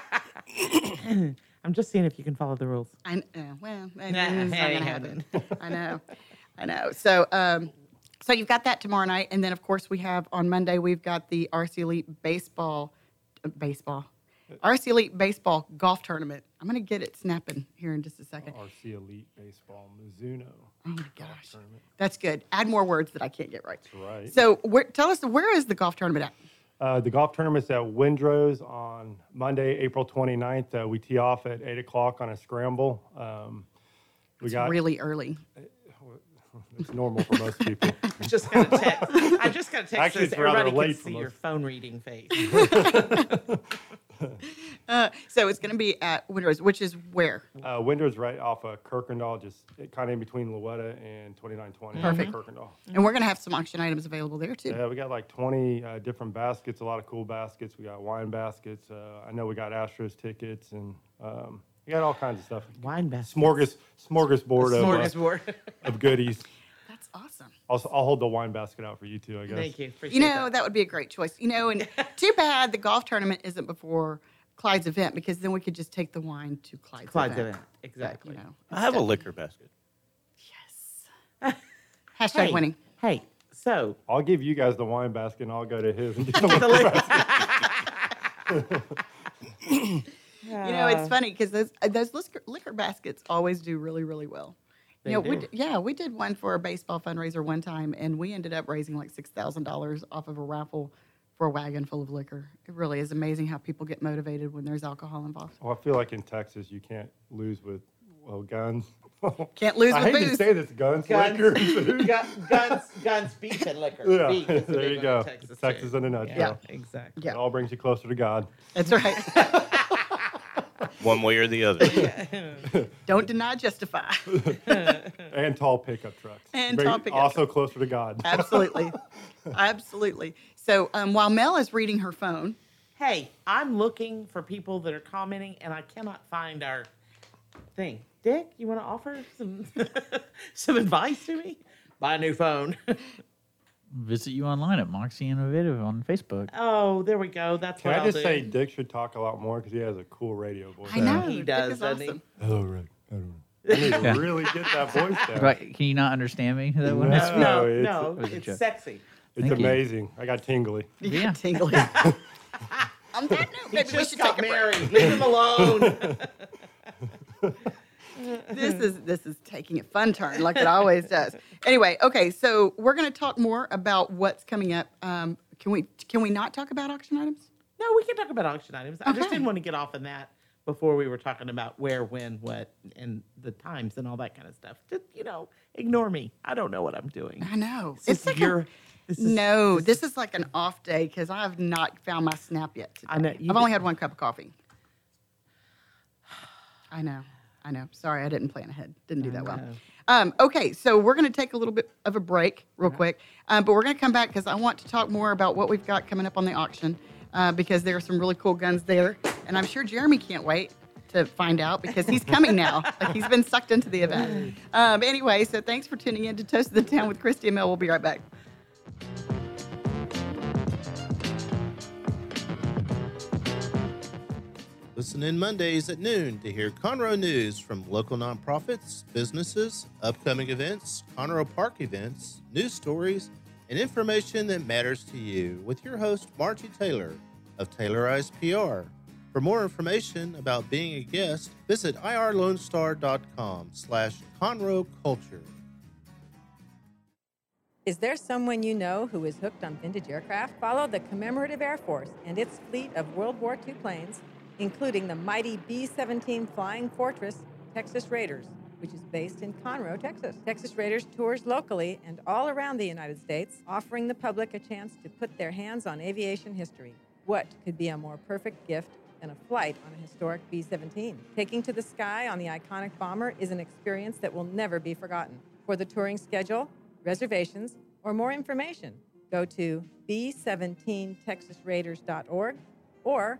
[SPEAKER 1] I'm just seeing if you can follow the rules.
[SPEAKER 2] I kn- uh, well, maybe
[SPEAKER 1] Nah,
[SPEAKER 2] it's not
[SPEAKER 1] it
[SPEAKER 2] gonna
[SPEAKER 1] ain't
[SPEAKER 2] happen. I know, I know. So, um, so you've got that tomorrow night, and then of course we have on Monday we've got the RC Elite baseball, uh, baseball, RC Elite baseball golf tournament. I'm gonna get it snapping here in just a second.
[SPEAKER 3] RC Elite Baseball, Mizuno.
[SPEAKER 2] Oh my gosh, that's good. Add more words that I can't get right.
[SPEAKER 3] right.
[SPEAKER 2] So, where, tell us where is the golf tournament at?
[SPEAKER 3] Uh, the golf tournament's at Windrose on Monday, April 29th. Uh, we tee off at 8 o'clock on a scramble. Um, we
[SPEAKER 2] It's
[SPEAKER 3] got
[SPEAKER 2] really early.
[SPEAKER 3] it's normal for most people.
[SPEAKER 1] I just got a text. I just got a text. that
[SPEAKER 3] Actually,
[SPEAKER 1] says
[SPEAKER 3] it's rather
[SPEAKER 1] everybody can
[SPEAKER 3] late for
[SPEAKER 1] see your
[SPEAKER 3] most-
[SPEAKER 1] phone reading face.
[SPEAKER 2] Uh, so it's gonna be at Windrose, which is where.
[SPEAKER 3] Uh, Windrose right off of Kirkendall, just kind of in between Louetta and 2920. Perfect. Kirkendall.
[SPEAKER 2] And we're gonna have some auction items available there too.
[SPEAKER 3] Yeah, we got like 20 uh, different baskets, a lot of cool baskets. We got wine baskets. Uh, I know we got Astros tickets and um, we got all kinds of stuff.
[SPEAKER 1] Wine basket.
[SPEAKER 3] Smorgas, smorgasbord, Of,
[SPEAKER 1] Smorgasbord.
[SPEAKER 3] uh, of goodies.
[SPEAKER 2] That's awesome.
[SPEAKER 3] I'll, I'll hold the wine basket out for you too, I guess.
[SPEAKER 1] Thank you. Appreciate
[SPEAKER 2] You know, that. would be a great choice. You know, and too bad the golf tournament isn't before Clyde's event because then we could just take the wine to Clyde's,
[SPEAKER 1] Clyde's
[SPEAKER 2] event.
[SPEAKER 1] event. Exactly.
[SPEAKER 2] You know,
[SPEAKER 8] I have a liquor basket.
[SPEAKER 2] hashtag
[SPEAKER 1] hey,
[SPEAKER 2] winning.
[SPEAKER 1] Hey, so
[SPEAKER 3] I'll give you guys the wine basket and I'll go to his. And
[SPEAKER 2] You know, it's funny because those uh, those liquor, liquor baskets always do really really well.
[SPEAKER 1] They
[SPEAKER 2] You know, we
[SPEAKER 1] do.
[SPEAKER 2] d- yeah, we did one for a baseball fundraiser one time, and we ended up raising like six thousand dollars off of a raffle for a wagon full of liquor. It really is amazing how people get motivated when there's alcohol involved.
[SPEAKER 3] well, I feel like in Texas you can't lose with well guns.
[SPEAKER 2] Can't lose
[SPEAKER 3] I
[SPEAKER 2] with
[SPEAKER 3] hate
[SPEAKER 2] booze.
[SPEAKER 3] to say this, guns,
[SPEAKER 1] Guns.
[SPEAKER 3] liquor, food.
[SPEAKER 1] Gu- guns, guns, beef, and liquor.
[SPEAKER 3] Yeah,
[SPEAKER 1] Beef is the
[SPEAKER 3] there
[SPEAKER 1] big
[SPEAKER 3] you
[SPEAKER 1] one in
[SPEAKER 3] go.
[SPEAKER 1] Texas,
[SPEAKER 3] Texas
[SPEAKER 1] too.
[SPEAKER 3] in a
[SPEAKER 1] Yeah,
[SPEAKER 3] nutshell.
[SPEAKER 1] exactly.
[SPEAKER 2] Yeah.
[SPEAKER 3] It all brings you closer to God.
[SPEAKER 2] That's right.
[SPEAKER 8] One way or the other.
[SPEAKER 2] Don't deny, justify.
[SPEAKER 3] And tall pickup trucks.
[SPEAKER 2] And
[SPEAKER 3] Very-
[SPEAKER 2] tall pickup
[SPEAKER 3] Also closer to God.
[SPEAKER 2] Absolutely. Absolutely. So um, while Mel is reading her phone,
[SPEAKER 1] Hey, I'm looking for people that are commenting, and I cannot find our thing. Dick, you want to offer some some advice to me? Buy a new phone.
[SPEAKER 9] Visit you online at Moxie Innovative on Facebook.
[SPEAKER 1] oh, there we go. That's
[SPEAKER 3] Can
[SPEAKER 1] what
[SPEAKER 3] I
[SPEAKER 1] will
[SPEAKER 3] just
[SPEAKER 1] do.
[SPEAKER 3] say Dick should talk a lot more because he has a cool radio voice.
[SPEAKER 2] I know
[SPEAKER 1] He
[SPEAKER 2] Dick
[SPEAKER 1] does,
[SPEAKER 2] is
[SPEAKER 1] doesn't he?
[SPEAKER 2] awesome.
[SPEAKER 3] Hello, Rick. I don't know. I need to really get that voice down.
[SPEAKER 9] Right? Can you not understand me? That one?
[SPEAKER 3] No.
[SPEAKER 1] No,
[SPEAKER 3] it's-
[SPEAKER 1] no,
[SPEAKER 9] was a
[SPEAKER 1] it's
[SPEAKER 9] joke.
[SPEAKER 1] sexy.
[SPEAKER 3] It's
[SPEAKER 9] Thank you.
[SPEAKER 3] amazing. I got tingly.
[SPEAKER 9] Yeah.
[SPEAKER 2] Tingly. On that note, maybe we
[SPEAKER 1] Just
[SPEAKER 2] should
[SPEAKER 1] got
[SPEAKER 2] take a break.
[SPEAKER 1] married. Leave him alone.
[SPEAKER 2] this is this is taking a fun turn like it always does. Anyway, okay, so we're going to talk more about what's coming up. Um, can we can we not talk about auction items?
[SPEAKER 1] No, we can talk about auction items. I just didn't want to get off on that before we were talking about where, when, what, and the times and all that kind of stuff. Just you know, ignore me. I don't know what I'm doing.
[SPEAKER 2] I know.
[SPEAKER 1] This is
[SPEAKER 2] like a-
[SPEAKER 1] your. this is-
[SPEAKER 2] no, this is like an off day because I have not found my snap yet. Today.
[SPEAKER 1] I know, you
[SPEAKER 2] I've only
[SPEAKER 1] did-
[SPEAKER 2] had one cup of coffee. I know. I know. Sorry, I didn't plan ahead. Didn't do that well. Um, okay, so we're going to take a little bit of a break, real quick, um, but we're going to come back because I want to talk more about what we've got coming up on the auction uh, because there are some really cool guns there, and I'm sure Jeremy can't wait to find out because he's coming now. like he's been sucked into the event. Um, anyway, so thanks for tuning in to Toast of the Town with Christy and Mel. We'll be right back.
[SPEAKER 10] Listen in Mondays at noon to hear Conroe news from local nonprofits, businesses, upcoming events, Conroe Park events, news stories, and information that matters to you with your host, Margie Taylor of Taylorized PR. For more information about being a guest, visit irlonestar.com slash Conroe Culture.
[SPEAKER 11] Is there someone you know who is hooked on vintage aircraft? Follow the Commemorative Air Force and its fleet of World War II planes, including the mighty B 17 Flying Fortress Texas Raiders, which is based in Conroe, Texas. Texas Raiders tours locally and all around the United States, offering the public a chance to put their hands on aviation history. What could be a more perfect gift and a flight on a historic B 17. Taking to the sky on the iconic bomber is an experience that will never be forgotten. For the touring schedule, reservations, or more information, go to b17texasraiders.org or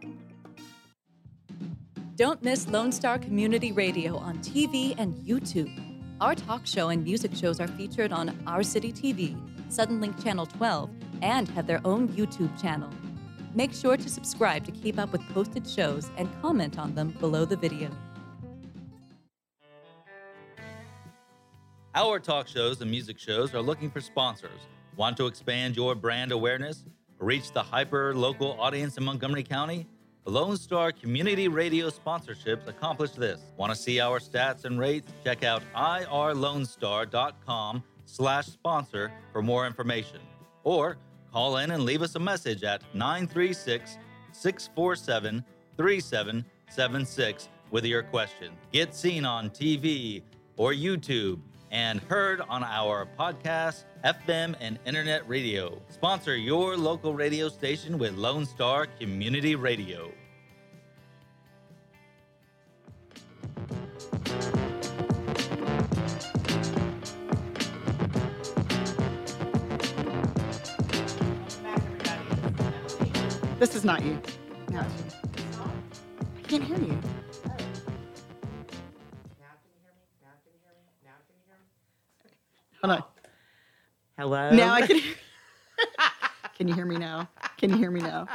[SPEAKER 12] Don't miss Lone Star Community Radio on TV and YouTube. Our talk show and music shows are featured on Our City TV, Suddenlink Channel 12, and have their own YouTube channel. Make sure to subscribe to keep up with posted shows and comment on them below the video.
[SPEAKER 6] Our talk shows and music shows are looking for sponsors. Want to expand your brand awareness? Reach the hyper local audience in Montgomery County? Lone Star Community Radio sponsorships accomplish this. Want to see our stats and rates? Check out irlonestar.com slash sponsor for more information. Or call in and leave us a message at 936 647 3776 with your question. Get seen on TV or YouTube and heard on our podcast, FM, and internet radio. Sponsor your local radio station with Lone Star Community Radio.
[SPEAKER 2] This is not you. No, it's you. I can't hear you. Hold on.
[SPEAKER 1] Hello.
[SPEAKER 2] Now I can hear Can you hear me now? Can you hear me now?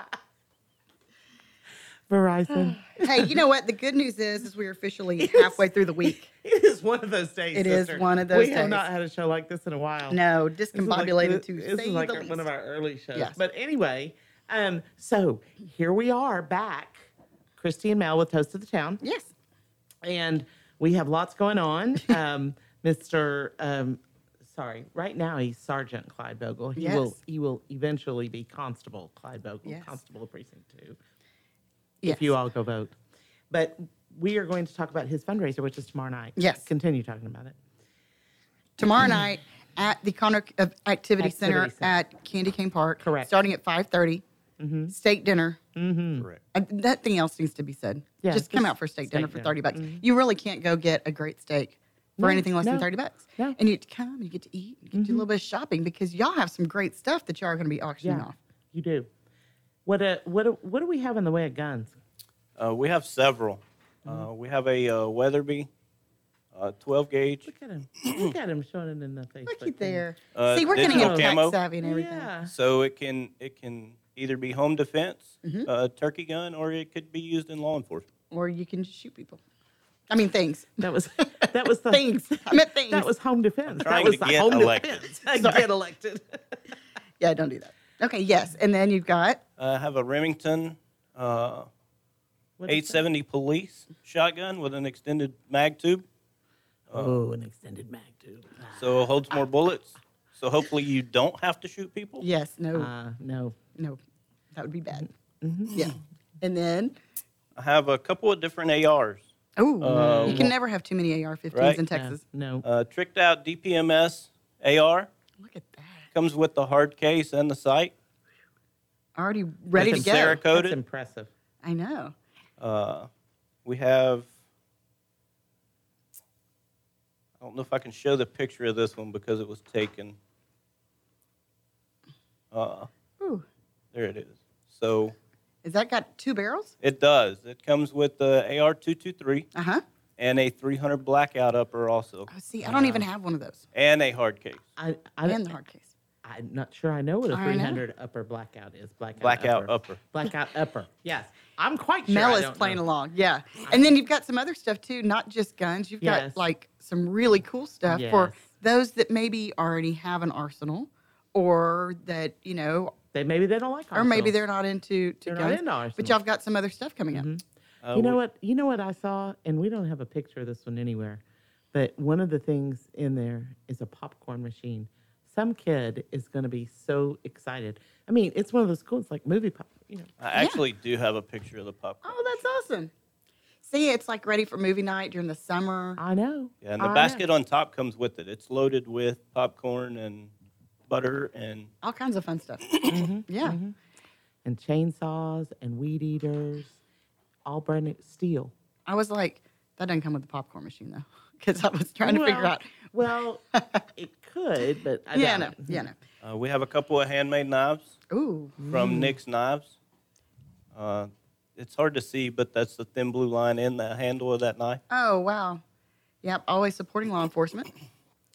[SPEAKER 1] Verizon.
[SPEAKER 2] Hey, you know what? The good news is, is we're officially halfway through the week.
[SPEAKER 1] It is one of those days.
[SPEAKER 2] It is
[SPEAKER 1] sister.
[SPEAKER 2] one of
[SPEAKER 1] We
[SPEAKER 2] those
[SPEAKER 1] have
[SPEAKER 2] days.
[SPEAKER 1] not had a show like this in a while.
[SPEAKER 2] No,
[SPEAKER 1] This is like
[SPEAKER 2] discombobulated
[SPEAKER 1] the-
[SPEAKER 2] to
[SPEAKER 1] This
[SPEAKER 2] say
[SPEAKER 1] is like
[SPEAKER 2] the
[SPEAKER 1] our-
[SPEAKER 2] least.
[SPEAKER 1] one of our early shows.
[SPEAKER 2] Yes.
[SPEAKER 1] But anyway, um, so here we are back, Christy and Mel with Toast of the Town,
[SPEAKER 2] Yes.
[SPEAKER 1] and we have lots going on. Um, Mr. Um, sorry, right now he's Sergeant Clyde Bogle. He will
[SPEAKER 2] Yes.
[SPEAKER 1] he will eventually be Constable Clyde Bogle,
[SPEAKER 2] Yes.
[SPEAKER 1] Constable of Precinct Two
[SPEAKER 2] Yes.
[SPEAKER 1] if you all go vote. But we are going to talk about his fundraiser, which is tomorrow night.
[SPEAKER 2] Yes.
[SPEAKER 1] Continue talking about it.
[SPEAKER 2] tomorrow night at the Conner uh, Mm-hmm. Activity,
[SPEAKER 1] Activity
[SPEAKER 2] Center,
[SPEAKER 1] Center.
[SPEAKER 2] at Candy Cane Park.
[SPEAKER 1] Correct.
[SPEAKER 2] Starting at 5.30.
[SPEAKER 1] Mm-hmm,
[SPEAKER 2] Steak dinner.
[SPEAKER 10] Correct.
[SPEAKER 2] Uh, Nothing else needs to be said.
[SPEAKER 1] Yeah,
[SPEAKER 2] just come
[SPEAKER 1] just
[SPEAKER 2] out for steak,
[SPEAKER 1] steak
[SPEAKER 2] dinner for
[SPEAKER 1] dinner.
[SPEAKER 2] 30 bucks. You really can't go get a great steak for
[SPEAKER 1] No,
[SPEAKER 2] anything less than
[SPEAKER 1] no,
[SPEAKER 2] 30 bucks.
[SPEAKER 1] no. Mm-hmm.
[SPEAKER 2] And you come, you get to eat, you get to do a little bit of shopping because y'all have some great stuff that y'all are going to be auctioning
[SPEAKER 1] Yeah.
[SPEAKER 2] off.
[SPEAKER 1] You do. What uh, what uh, what do we have in the way of guns?
[SPEAKER 8] Uh, we have several. Uh, we have a uh, Weatherby, uh, 12 gauge.
[SPEAKER 1] Look at him. Look at him showing it in the face. Look at
[SPEAKER 2] there.
[SPEAKER 8] Uh,
[SPEAKER 2] See, we're getting
[SPEAKER 8] digital
[SPEAKER 2] all
[SPEAKER 8] camo.
[SPEAKER 2] tech savvy and everything.
[SPEAKER 1] Yeah.
[SPEAKER 8] So it can it can either be home defense, uh, turkey gun, or it could be used in law enforcement.
[SPEAKER 2] Or you can just shoot people. I mean, things.
[SPEAKER 1] That was that was the
[SPEAKER 2] things. I meant things.
[SPEAKER 1] That was home defense. That
[SPEAKER 8] trying
[SPEAKER 1] was
[SPEAKER 8] to
[SPEAKER 1] the
[SPEAKER 8] get
[SPEAKER 1] home
[SPEAKER 8] elected.
[SPEAKER 1] defense. Get elected.
[SPEAKER 2] yeah, don't do that. Okay, yes, and then you've got
[SPEAKER 8] I have a Remington uh,
[SPEAKER 1] What is
[SPEAKER 8] 870 police shotgun with an extended mag tube. Uh,
[SPEAKER 1] Oh, an extended mag tube.
[SPEAKER 8] So it holds more bullets. So hopefully you don't have to shoot people.
[SPEAKER 2] yes, no,
[SPEAKER 1] Uh, mm-hmm. no.
[SPEAKER 2] no, that would be bad. Yeah, and then
[SPEAKER 8] I have a couple of different ARs.
[SPEAKER 2] oh,
[SPEAKER 8] Uh,
[SPEAKER 2] you can
[SPEAKER 8] one-
[SPEAKER 2] never have too many AR-15s
[SPEAKER 8] Right.
[SPEAKER 2] in Texas.
[SPEAKER 1] No.
[SPEAKER 8] Uh, tricked out DPMS AR.
[SPEAKER 2] Look at that.
[SPEAKER 8] Comes with the hard case and the sight.
[SPEAKER 2] Already ready to
[SPEAKER 8] It's
[SPEAKER 2] go.
[SPEAKER 8] Cerakoted.
[SPEAKER 1] That's impressive.
[SPEAKER 2] I know.
[SPEAKER 8] Uh, we have. I don't know if I can show the picture of this one because it was taken. Uh,
[SPEAKER 2] Ooh,
[SPEAKER 8] there it is. So
[SPEAKER 2] has that got two barrels?
[SPEAKER 8] it does. It comes with the AR-223
[SPEAKER 2] Uh huh.
[SPEAKER 8] and a 300 blackout upper also,
[SPEAKER 2] Oh, see, I don't even have one of those.
[SPEAKER 8] and a hard case.
[SPEAKER 1] I, I,
[SPEAKER 2] And the hard case.
[SPEAKER 1] I'm not sure I know what a
[SPEAKER 2] I know.
[SPEAKER 1] 300 upper blackout is. Blackout,
[SPEAKER 8] Blackout
[SPEAKER 1] upper.
[SPEAKER 8] upper.
[SPEAKER 1] Blackout upper. Yes. I'm quite sure.
[SPEAKER 2] Mel
[SPEAKER 1] I
[SPEAKER 2] is
[SPEAKER 1] don't
[SPEAKER 2] playing
[SPEAKER 1] know.
[SPEAKER 2] along. Yeah. And then you've got some other stuff too, not just guns. You've
[SPEAKER 1] Yes.
[SPEAKER 2] got like some really cool stuff for
[SPEAKER 1] Yes.
[SPEAKER 2] those that maybe already have an arsenal or that, you know,
[SPEAKER 1] They, maybe they don't like
[SPEAKER 2] or maybe
[SPEAKER 1] arsenals.
[SPEAKER 2] they're not into to
[SPEAKER 1] They're not
[SPEAKER 2] guns.
[SPEAKER 1] into Mm-hmm.
[SPEAKER 2] but
[SPEAKER 1] arsenals.
[SPEAKER 2] y'all have got some other stuff coming up.
[SPEAKER 8] Uh,
[SPEAKER 1] you know
[SPEAKER 8] we-
[SPEAKER 1] what? You know what I saw, and we don't have a picture of this one anywhere, but one of the things in there is a popcorn machine. Some kid is going to be so excited. I mean, it's one of those cool. It's like movie pop. You know.
[SPEAKER 8] I actually do have a picture of the popcorn.
[SPEAKER 2] Oh, that's awesome. See, it's like ready for movie night during the summer.
[SPEAKER 1] I know.
[SPEAKER 8] Yeah, and the
[SPEAKER 1] I know.
[SPEAKER 8] basket on top comes with it. It's loaded with popcorn and butter and
[SPEAKER 2] All kinds of fun stuff.
[SPEAKER 1] Mhm,
[SPEAKER 2] Yeah.
[SPEAKER 1] mhm. And chainsaws and weed eaters, all brand new steel.
[SPEAKER 2] I was like, that doesn't come with the popcorn machine though. Because I was trying to figure
[SPEAKER 1] Well,
[SPEAKER 2] out.
[SPEAKER 1] Well, it could, but I
[SPEAKER 2] Yeah, no.
[SPEAKER 1] doubt it. Mm-hmm.
[SPEAKER 2] Yeah, no.
[SPEAKER 8] Uh, we have a couple of handmade knives
[SPEAKER 2] Ooh.
[SPEAKER 1] Mm.
[SPEAKER 8] from Nick's Knives. Uh, it's hard to see, but that's the thin blue line in the handle of that knife.
[SPEAKER 2] Oh, wow. Yep. Always supporting law enforcement.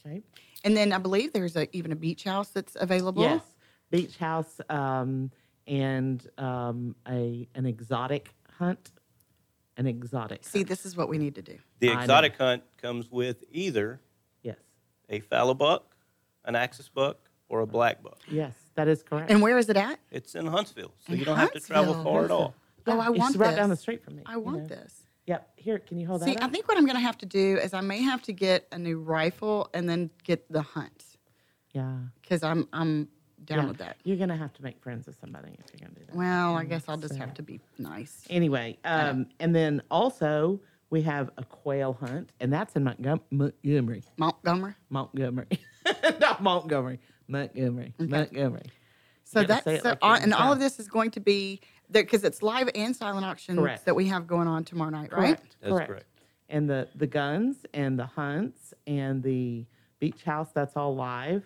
[SPEAKER 1] Okay.
[SPEAKER 2] And then I believe there's a, even a beach house that's available.
[SPEAKER 1] Yes, beach house um, and um, a an exotic hunt, an exotic.
[SPEAKER 2] See,
[SPEAKER 1] hunt.
[SPEAKER 2] this is what we need to do.
[SPEAKER 8] The
[SPEAKER 1] I know.
[SPEAKER 8] exotic hunt comes with either
[SPEAKER 1] Yes,
[SPEAKER 8] a fallow buck, an axis buck, or a black buck.
[SPEAKER 1] yes, that is correct.
[SPEAKER 2] And where is it at?
[SPEAKER 8] It's in Huntsville, so
[SPEAKER 2] In
[SPEAKER 8] you don't have to travel
[SPEAKER 2] Huntsville.
[SPEAKER 8] far at all.
[SPEAKER 2] Oh, I
[SPEAKER 1] it's
[SPEAKER 2] want
[SPEAKER 1] right
[SPEAKER 2] this.
[SPEAKER 1] down the street from me.
[SPEAKER 2] I
[SPEAKER 1] you
[SPEAKER 2] want
[SPEAKER 1] know.
[SPEAKER 2] this.
[SPEAKER 1] Yep. Here, can you hold
[SPEAKER 2] See,
[SPEAKER 1] that?
[SPEAKER 2] I
[SPEAKER 1] up?
[SPEAKER 2] think what I'm going to have to do is I may have to get a new rifle and then get the hunt
[SPEAKER 1] Yeah.
[SPEAKER 2] because I'm I'm down
[SPEAKER 1] yeah.
[SPEAKER 2] with that.
[SPEAKER 1] You're gonna have to make friends with somebody if you're gonna do that.
[SPEAKER 2] Well, I guess I'll just have to be nice.
[SPEAKER 1] Anyway, um, and then also we have a quail hunt, and that's in Montgom- Montgomery.
[SPEAKER 2] Montgomery.
[SPEAKER 1] Montgomery, not Montgomery. Montgomery. Montgomery.
[SPEAKER 2] So
[SPEAKER 1] You gotta
[SPEAKER 2] that's
[SPEAKER 1] say it
[SPEAKER 2] so,
[SPEAKER 1] like
[SPEAKER 2] all,
[SPEAKER 1] you're
[SPEAKER 2] and all
[SPEAKER 1] inside.
[SPEAKER 2] of this is going to be there because it's live and silent auctions
[SPEAKER 1] Correct.
[SPEAKER 2] that we have going on tomorrow night, right?
[SPEAKER 1] Correct.
[SPEAKER 8] That's correct.
[SPEAKER 1] And the the guns and the hunts and the beach house that's all live,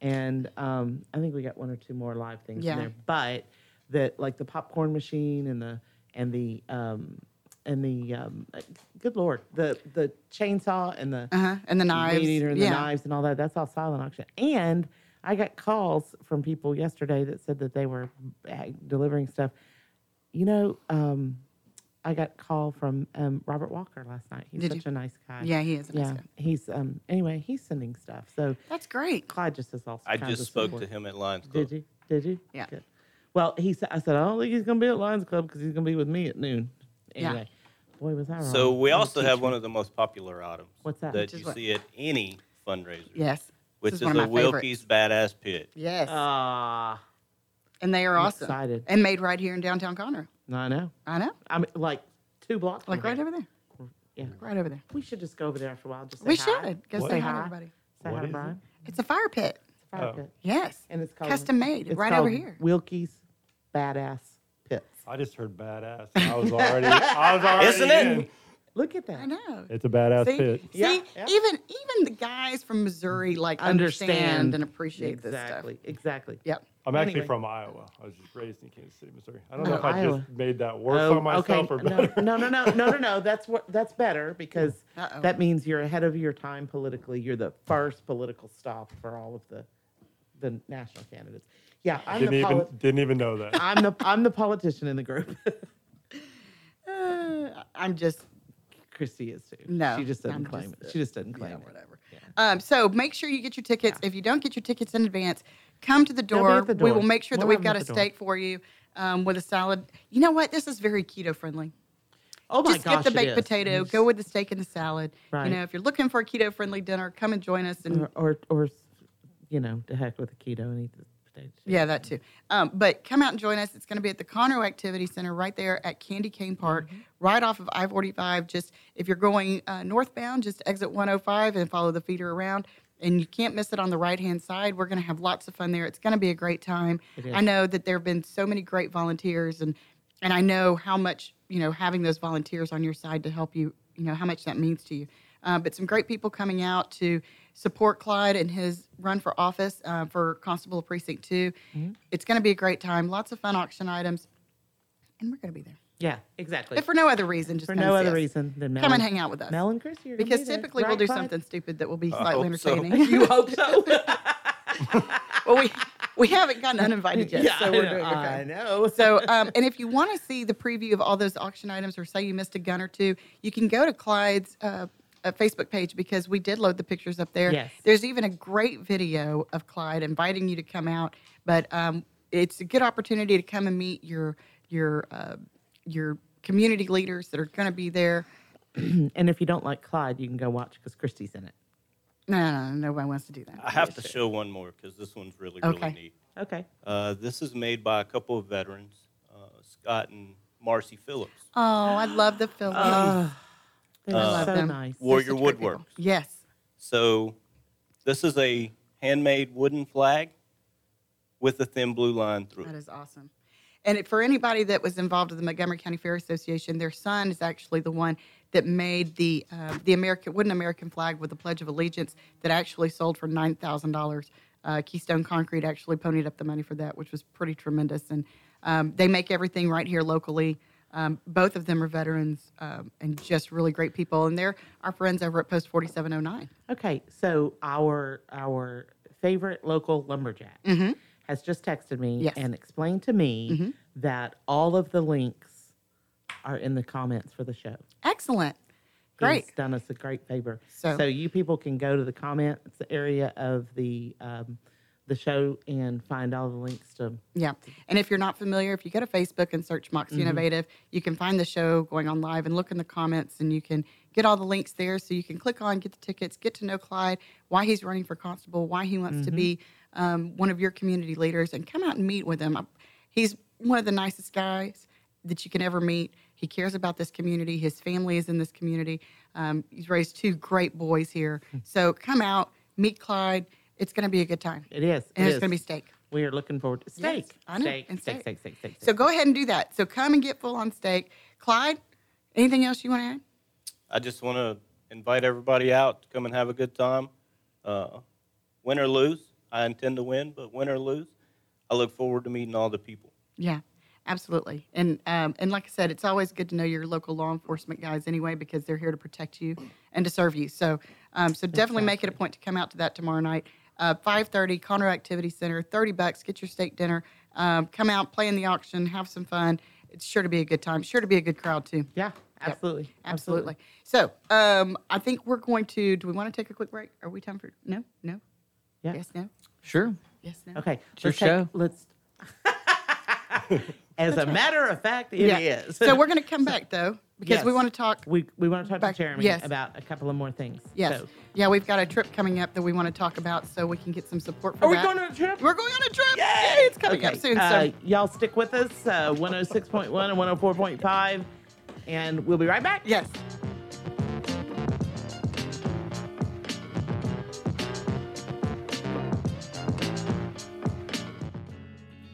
[SPEAKER 1] and um, I think we got one or two more live things
[SPEAKER 2] Yeah.
[SPEAKER 1] in there. But that like the popcorn machine and the and the um, and the um, uh, good lord the the chainsaw and the
[SPEAKER 2] Uh huh. And the knives.
[SPEAKER 1] meat eater and
[SPEAKER 2] yeah.
[SPEAKER 1] the knives and all that. That's all silent auction. And I got calls from people yesterday that said that they were uh, delivering stuff. You know, um, I got a call from um, Robert Walker last night. He's
[SPEAKER 2] Did
[SPEAKER 1] such a nice guy.
[SPEAKER 2] Yeah, he is a nice
[SPEAKER 1] yeah.
[SPEAKER 2] guy.
[SPEAKER 1] He's um, anyway. He's sending stuff. So
[SPEAKER 2] That's great.
[SPEAKER 1] Clyde just is also.
[SPEAKER 8] I just spoke to him at Lions Club.
[SPEAKER 1] Did you? Did you?
[SPEAKER 2] Yeah.
[SPEAKER 1] Good. Well, he said. I said I don't think he's gonna be at Lions Club because he's gonna be with me at noon.
[SPEAKER 2] Yeah.
[SPEAKER 1] Anyway, boy was I wrong.
[SPEAKER 2] Uh-huh.
[SPEAKER 8] So we
[SPEAKER 1] Let me
[SPEAKER 8] also
[SPEAKER 1] teach
[SPEAKER 8] have
[SPEAKER 1] you.
[SPEAKER 8] one of the most popular items
[SPEAKER 1] What's that?
[SPEAKER 8] that
[SPEAKER 1] Which
[SPEAKER 2] is
[SPEAKER 8] you
[SPEAKER 2] what?
[SPEAKER 8] see at any fundraiser,
[SPEAKER 2] Yes.
[SPEAKER 8] which
[SPEAKER 2] is
[SPEAKER 8] is,
[SPEAKER 2] one
[SPEAKER 8] a
[SPEAKER 2] of my favorites.
[SPEAKER 8] Wilkie's Badass Pit.
[SPEAKER 2] Yes.
[SPEAKER 1] Ah,
[SPEAKER 2] and they are
[SPEAKER 1] I'm
[SPEAKER 2] awesome.
[SPEAKER 1] excited.
[SPEAKER 2] And made right here in downtown Conroe.
[SPEAKER 1] I know.
[SPEAKER 2] I know.
[SPEAKER 1] I mean, like two blocks.
[SPEAKER 2] Like
[SPEAKER 1] from
[SPEAKER 2] right
[SPEAKER 1] here.
[SPEAKER 2] over there.
[SPEAKER 1] Yeah.
[SPEAKER 2] Right over there.
[SPEAKER 1] We should just go over there after a while. Just say
[SPEAKER 2] we
[SPEAKER 1] hi.
[SPEAKER 2] should. Go
[SPEAKER 1] What?
[SPEAKER 2] say
[SPEAKER 1] Say
[SPEAKER 2] hi to
[SPEAKER 1] hi.
[SPEAKER 2] everybody.
[SPEAKER 1] Say
[SPEAKER 3] What
[SPEAKER 1] hi to
[SPEAKER 3] is it?
[SPEAKER 1] Brian.
[SPEAKER 2] It's a fire pit.
[SPEAKER 1] It's a fire
[SPEAKER 3] Oh.
[SPEAKER 1] pit.
[SPEAKER 2] Yes.
[SPEAKER 1] And it's called
[SPEAKER 2] Custom made.
[SPEAKER 1] it's
[SPEAKER 2] right over
[SPEAKER 1] called
[SPEAKER 2] here.
[SPEAKER 1] Wilkie's Badass Pit.
[SPEAKER 3] I just heard badass. and I was already. I was already.
[SPEAKER 8] Isn't it?
[SPEAKER 3] in.
[SPEAKER 1] Look at that.
[SPEAKER 2] I know.
[SPEAKER 3] It's a badass
[SPEAKER 2] See,
[SPEAKER 3] pit.
[SPEAKER 2] see
[SPEAKER 1] Yeah, yeah.
[SPEAKER 2] even even the guys from Missouri like understand, and appreciate
[SPEAKER 1] exactly,
[SPEAKER 2] this stuff.
[SPEAKER 1] Exactly.
[SPEAKER 2] Yep.
[SPEAKER 3] I'm actually
[SPEAKER 1] Anyway.
[SPEAKER 3] from Iowa. I was just raised in Kansas City, Missouri. I don't
[SPEAKER 1] Oh,
[SPEAKER 3] know if I
[SPEAKER 1] Iowa.
[SPEAKER 3] just made that worse
[SPEAKER 1] Oh,
[SPEAKER 3] on myself
[SPEAKER 1] okay.
[SPEAKER 3] or better.
[SPEAKER 1] No, no, no, no, no, no, no. That's what. That's better because
[SPEAKER 2] Uh-oh.
[SPEAKER 1] that means you're ahead of your time politically. You're the first political stop for all of the the national candidates. Yeah, I'm
[SPEAKER 3] didn't
[SPEAKER 1] the
[SPEAKER 3] even
[SPEAKER 1] poli-
[SPEAKER 3] didn't even know that.
[SPEAKER 1] I'm the I'm the politician in the group.
[SPEAKER 2] Uh, I'm just
[SPEAKER 1] Christy is too.
[SPEAKER 2] No,
[SPEAKER 1] she just doesn't
[SPEAKER 2] I'm
[SPEAKER 1] claim
[SPEAKER 2] just-
[SPEAKER 1] it. She just doesn't claim it.
[SPEAKER 2] Um, so make sure you get your tickets. If you don't get your tickets in advance, come to the
[SPEAKER 1] They'll be
[SPEAKER 2] door.
[SPEAKER 1] at the
[SPEAKER 2] We
[SPEAKER 1] door.
[SPEAKER 2] will make sure that we've
[SPEAKER 1] We'll have
[SPEAKER 2] got a
[SPEAKER 1] them at the door.
[SPEAKER 2] steak for you um, with a salad. You know what? This is very keto friendly.
[SPEAKER 1] Oh my
[SPEAKER 2] Just
[SPEAKER 1] gosh,
[SPEAKER 2] get
[SPEAKER 1] it
[SPEAKER 2] the baked
[SPEAKER 1] is.
[SPEAKER 2] potato.
[SPEAKER 1] Yes.
[SPEAKER 2] Go with the steak and the salad.
[SPEAKER 1] Right.
[SPEAKER 2] You know, if you're looking for a keto friendly dinner, come and join us. And
[SPEAKER 1] Or, or or you know, to heck with the keto and eat the potatoes.
[SPEAKER 2] yeah, that too. Um, but come out and join us. It's going to be at the Conroe Activity Center right there at Candy Cane Park, right off of I 45. Just if you're going uh, northbound, just exit 105 and follow the feeder around. And you can't miss it on the right hand side. We're going to have lots of fun there. It's going to be a great time.
[SPEAKER 1] It is.
[SPEAKER 2] I know that there have been so many great volunteers, and and I know how much you know having those volunteers on your side to help you, you know how much that means to you. Uh, but some great people coming out to support Clyde and his run for office uh, for Constable of Precinct 2
[SPEAKER 1] Mm-hmm.
[SPEAKER 2] It's going to be a great time. Lots of fun auction items, and we're going to be there.
[SPEAKER 1] Yeah, exactly.
[SPEAKER 2] If for no other reason, just
[SPEAKER 1] for
[SPEAKER 2] come
[SPEAKER 1] no
[SPEAKER 2] and see
[SPEAKER 1] other
[SPEAKER 2] us.
[SPEAKER 1] reason than
[SPEAKER 2] Come
[SPEAKER 1] Mel
[SPEAKER 2] and hang out with us.
[SPEAKER 1] Mel and Chrissy are gonna
[SPEAKER 2] because
[SPEAKER 1] be there,
[SPEAKER 2] typically we'll
[SPEAKER 1] right,
[SPEAKER 2] do
[SPEAKER 1] Clyde?
[SPEAKER 2] something stupid that will be
[SPEAKER 1] I
[SPEAKER 2] slightly
[SPEAKER 1] hope so.
[SPEAKER 2] entertaining. you hope so. well, we we haven't gotten uninvited yet,
[SPEAKER 1] Yeah,
[SPEAKER 2] so
[SPEAKER 1] I
[SPEAKER 2] we're
[SPEAKER 1] know,
[SPEAKER 2] doing okay.
[SPEAKER 1] I know.
[SPEAKER 2] So, um, and if you want to see the preview of all those auction items, or say you missed a gun or two, you can go to Clyde's. Uh, uh Facebook page because we did load the pictures up there.
[SPEAKER 1] Yes.
[SPEAKER 2] There's even a great video of Clyde inviting you to come out, but um, it's a good opportunity to come and meet your your uh, your community leaders that are going to be there.
[SPEAKER 1] and if you don't like Clyde, you can go watch because Christy's in it.
[SPEAKER 2] No, no, no, nobody wants to do that.
[SPEAKER 8] I have to show one more because this one's really, really
[SPEAKER 2] Okay.
[SPEAKER 8] neat.
[SPEAKER 1] Okay.
[SPEAKER 8] Uh, this is made by a couple of veterans, uh, Scott and Marcy Phillips.
[SPEAKER 2] Oh, I love the Phillies.
[SPEAKER 8] Oh,
[SPEAKER 1] they're
[SPEAKER 8] Uh,
[SPEAKER 1] so nice.
[SPEAKER 8] Warrior Woodworks.
[SPEAKER 2] Yes.
[SPEAKER 8] So, this is a handmade wooden flag with a thin blue line through
[SPEAKER 2] That
[SPEAKER 8] it.
[SPEAKER 2] is awesome. And it, for anybody that was involved with the Montgomery County Fair Association, their son is actually the one that made the uh, the American wooden American flag with the Pledge of Allegiance that actually sold for nine thousand dollars. Uh, Keystone Concrete actually ponied up the money for that, which was pretty tremendous. And um, they make everything right here locally. Um, both of them are veterans um, and just really great people. And they're our friends over at Post forty seven oh nine.
[SPEAKER 1] Okay, so our our favorite local lumberjack has just texted me
[SPEAKER 2] Mm-hmm. Yes. Mm-hmm.
[SPEAKER 1] and explained to me that all of the links are in the comments for the show.
[SPEAKER 2] Excellent.
[SPEAKER 1] He's
[SPEAKER 2] Great.
[SPEAKER 1] done us a great favor.
[SPEAKER 2] So-
[SPEAKER 1] So, you people can go to the comments area of the um, the show and find all the links to
[SPEAKER 2] Yeah. And if you're not familiar, if you go to Facebook and search Moxie
[SPEAKER 1] Mhm.
[SPEAKER 2] Innovative, you can find the show going on live and look in the comments and you can get all the links there. So you can click on, get the tickets, get to know Clyde, why he's running for constable, why he wants to
[SPEAKER 1] Mhm.
[SPEAKER 2] be um, one of your community leaders, and come out and meet with him. I- He's one of the nicest guys that you can ever meet. He cares about this community. His family is in this community. Um, he's raised two great boys here. So come out, meet Clyde. It's going to be a good time.
[SPEAKER 1] it is.
[SPEAKER 2] And
[SPEAKER 1] it
[SPEAKER 2] it's
[SPEAKER 1] is.
[SPEAKER 2] going to be steak.
[SPEAKER 1] We are looking forward to steak.
[SPEAKER 2] Yes, I know,
[SPEAKER 1] Steak,
[SPEAKER 2] and
[SPEAKER 1] steak,
[SPEAKER 2] steak.
[SPEAKER 1] steak, steak, steak,
[SPEAKER 2] So go ahead and do that. So come and get full on steak. Clyde, anything else you want to add?
[SPEAKER 8] I just want to invite everybody out to come and have a good time. Uh, win or lose, I intend to win, but win or lose, I look forward to meeting all the people.
[SPEAKER 2] Yeah, absolutely. And um, and like I said, it's always good to know your local law enforcement guys anyway because they're here to protect you and to serve you. So um, so definitely make it a point to come out to that tomorrow night. Uh, 5:30 Conroe Activity Center, 30 bucks. Get your steak dinner. Um, come out, play in the auction, have some fun. It's sure to be a good time. Sure to be a good crowd too.
[SPEAKER 1] Yeah,
[SPEAKER 2] Yep.
[SPEAKER 1] absolutely,
[SPEAKER 2] absolutely. So um, I think we're going to. Do we want to take a quick break? Are we time for no, no?
[SPEAKER 1] Yeah.
[SPEAKER 2] Yes, no.
[SPEAKER 9] Sure.
[SPEAKER 2] Yes, no.
[SPEAKER 1] Okay,
[SPEAKER 9] It's your
[SPEAKER 1] let's
[SPEAKER 9] show.
[SPEAKER 1] take- let's. As a matter of fact, it is.
[SPEAKER 2] Yeah. So we're going to come back though because we
[SPEAKER 1] Yes.
[SPEAKER 2] want to talk.
[SPEAKER 1] We we want to talk
[SPEAKER 2] Back-
[SPEAKER 1] to Jeremy
[SPEAKER 2] yes.
[SPEAKER 1] about a couple of more things.
[SPEAKER 2] Yes.
[SPEAKER 1] So,
[SPEAKER 2] Yeah, we've got a trip coming up that we want to talk about so we can get some support for
[SPEAKER 1] Are we
[SPEAKER 2] that.
[SPEAKER 1] going on a trip?
[SPEAKER 2] We're going on a trip. Yay! It's coming up soon.
[SPEAKER 1] uh,
[SPEAKER 2] so
[SPEAKER 1] y'all stick with us. Uh, 106.1 and 104.5, and we'll be right back.
[SPEAKER 2] Yes.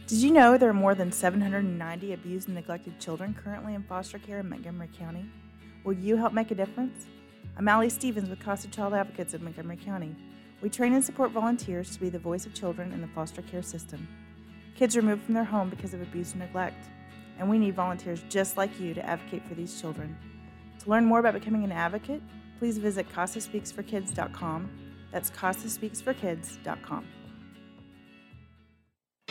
[SPEAKER 13] Did you know there are more than 790 abused and neglected children currently in foster care in Montgomery County? Will you help make a difference? I'm Allie Stevens with Casa Child Advocates of Montgomery County. We train and support volunteers to be the voice of children in the foster care system. kids removed from their home because of abuse and neglect. And we need volunteers just like you to advocate for these children. To learn more about becoming an advocate, please visit CasaSpeaksForKids.com. That's CasaSpeaksForKids.com.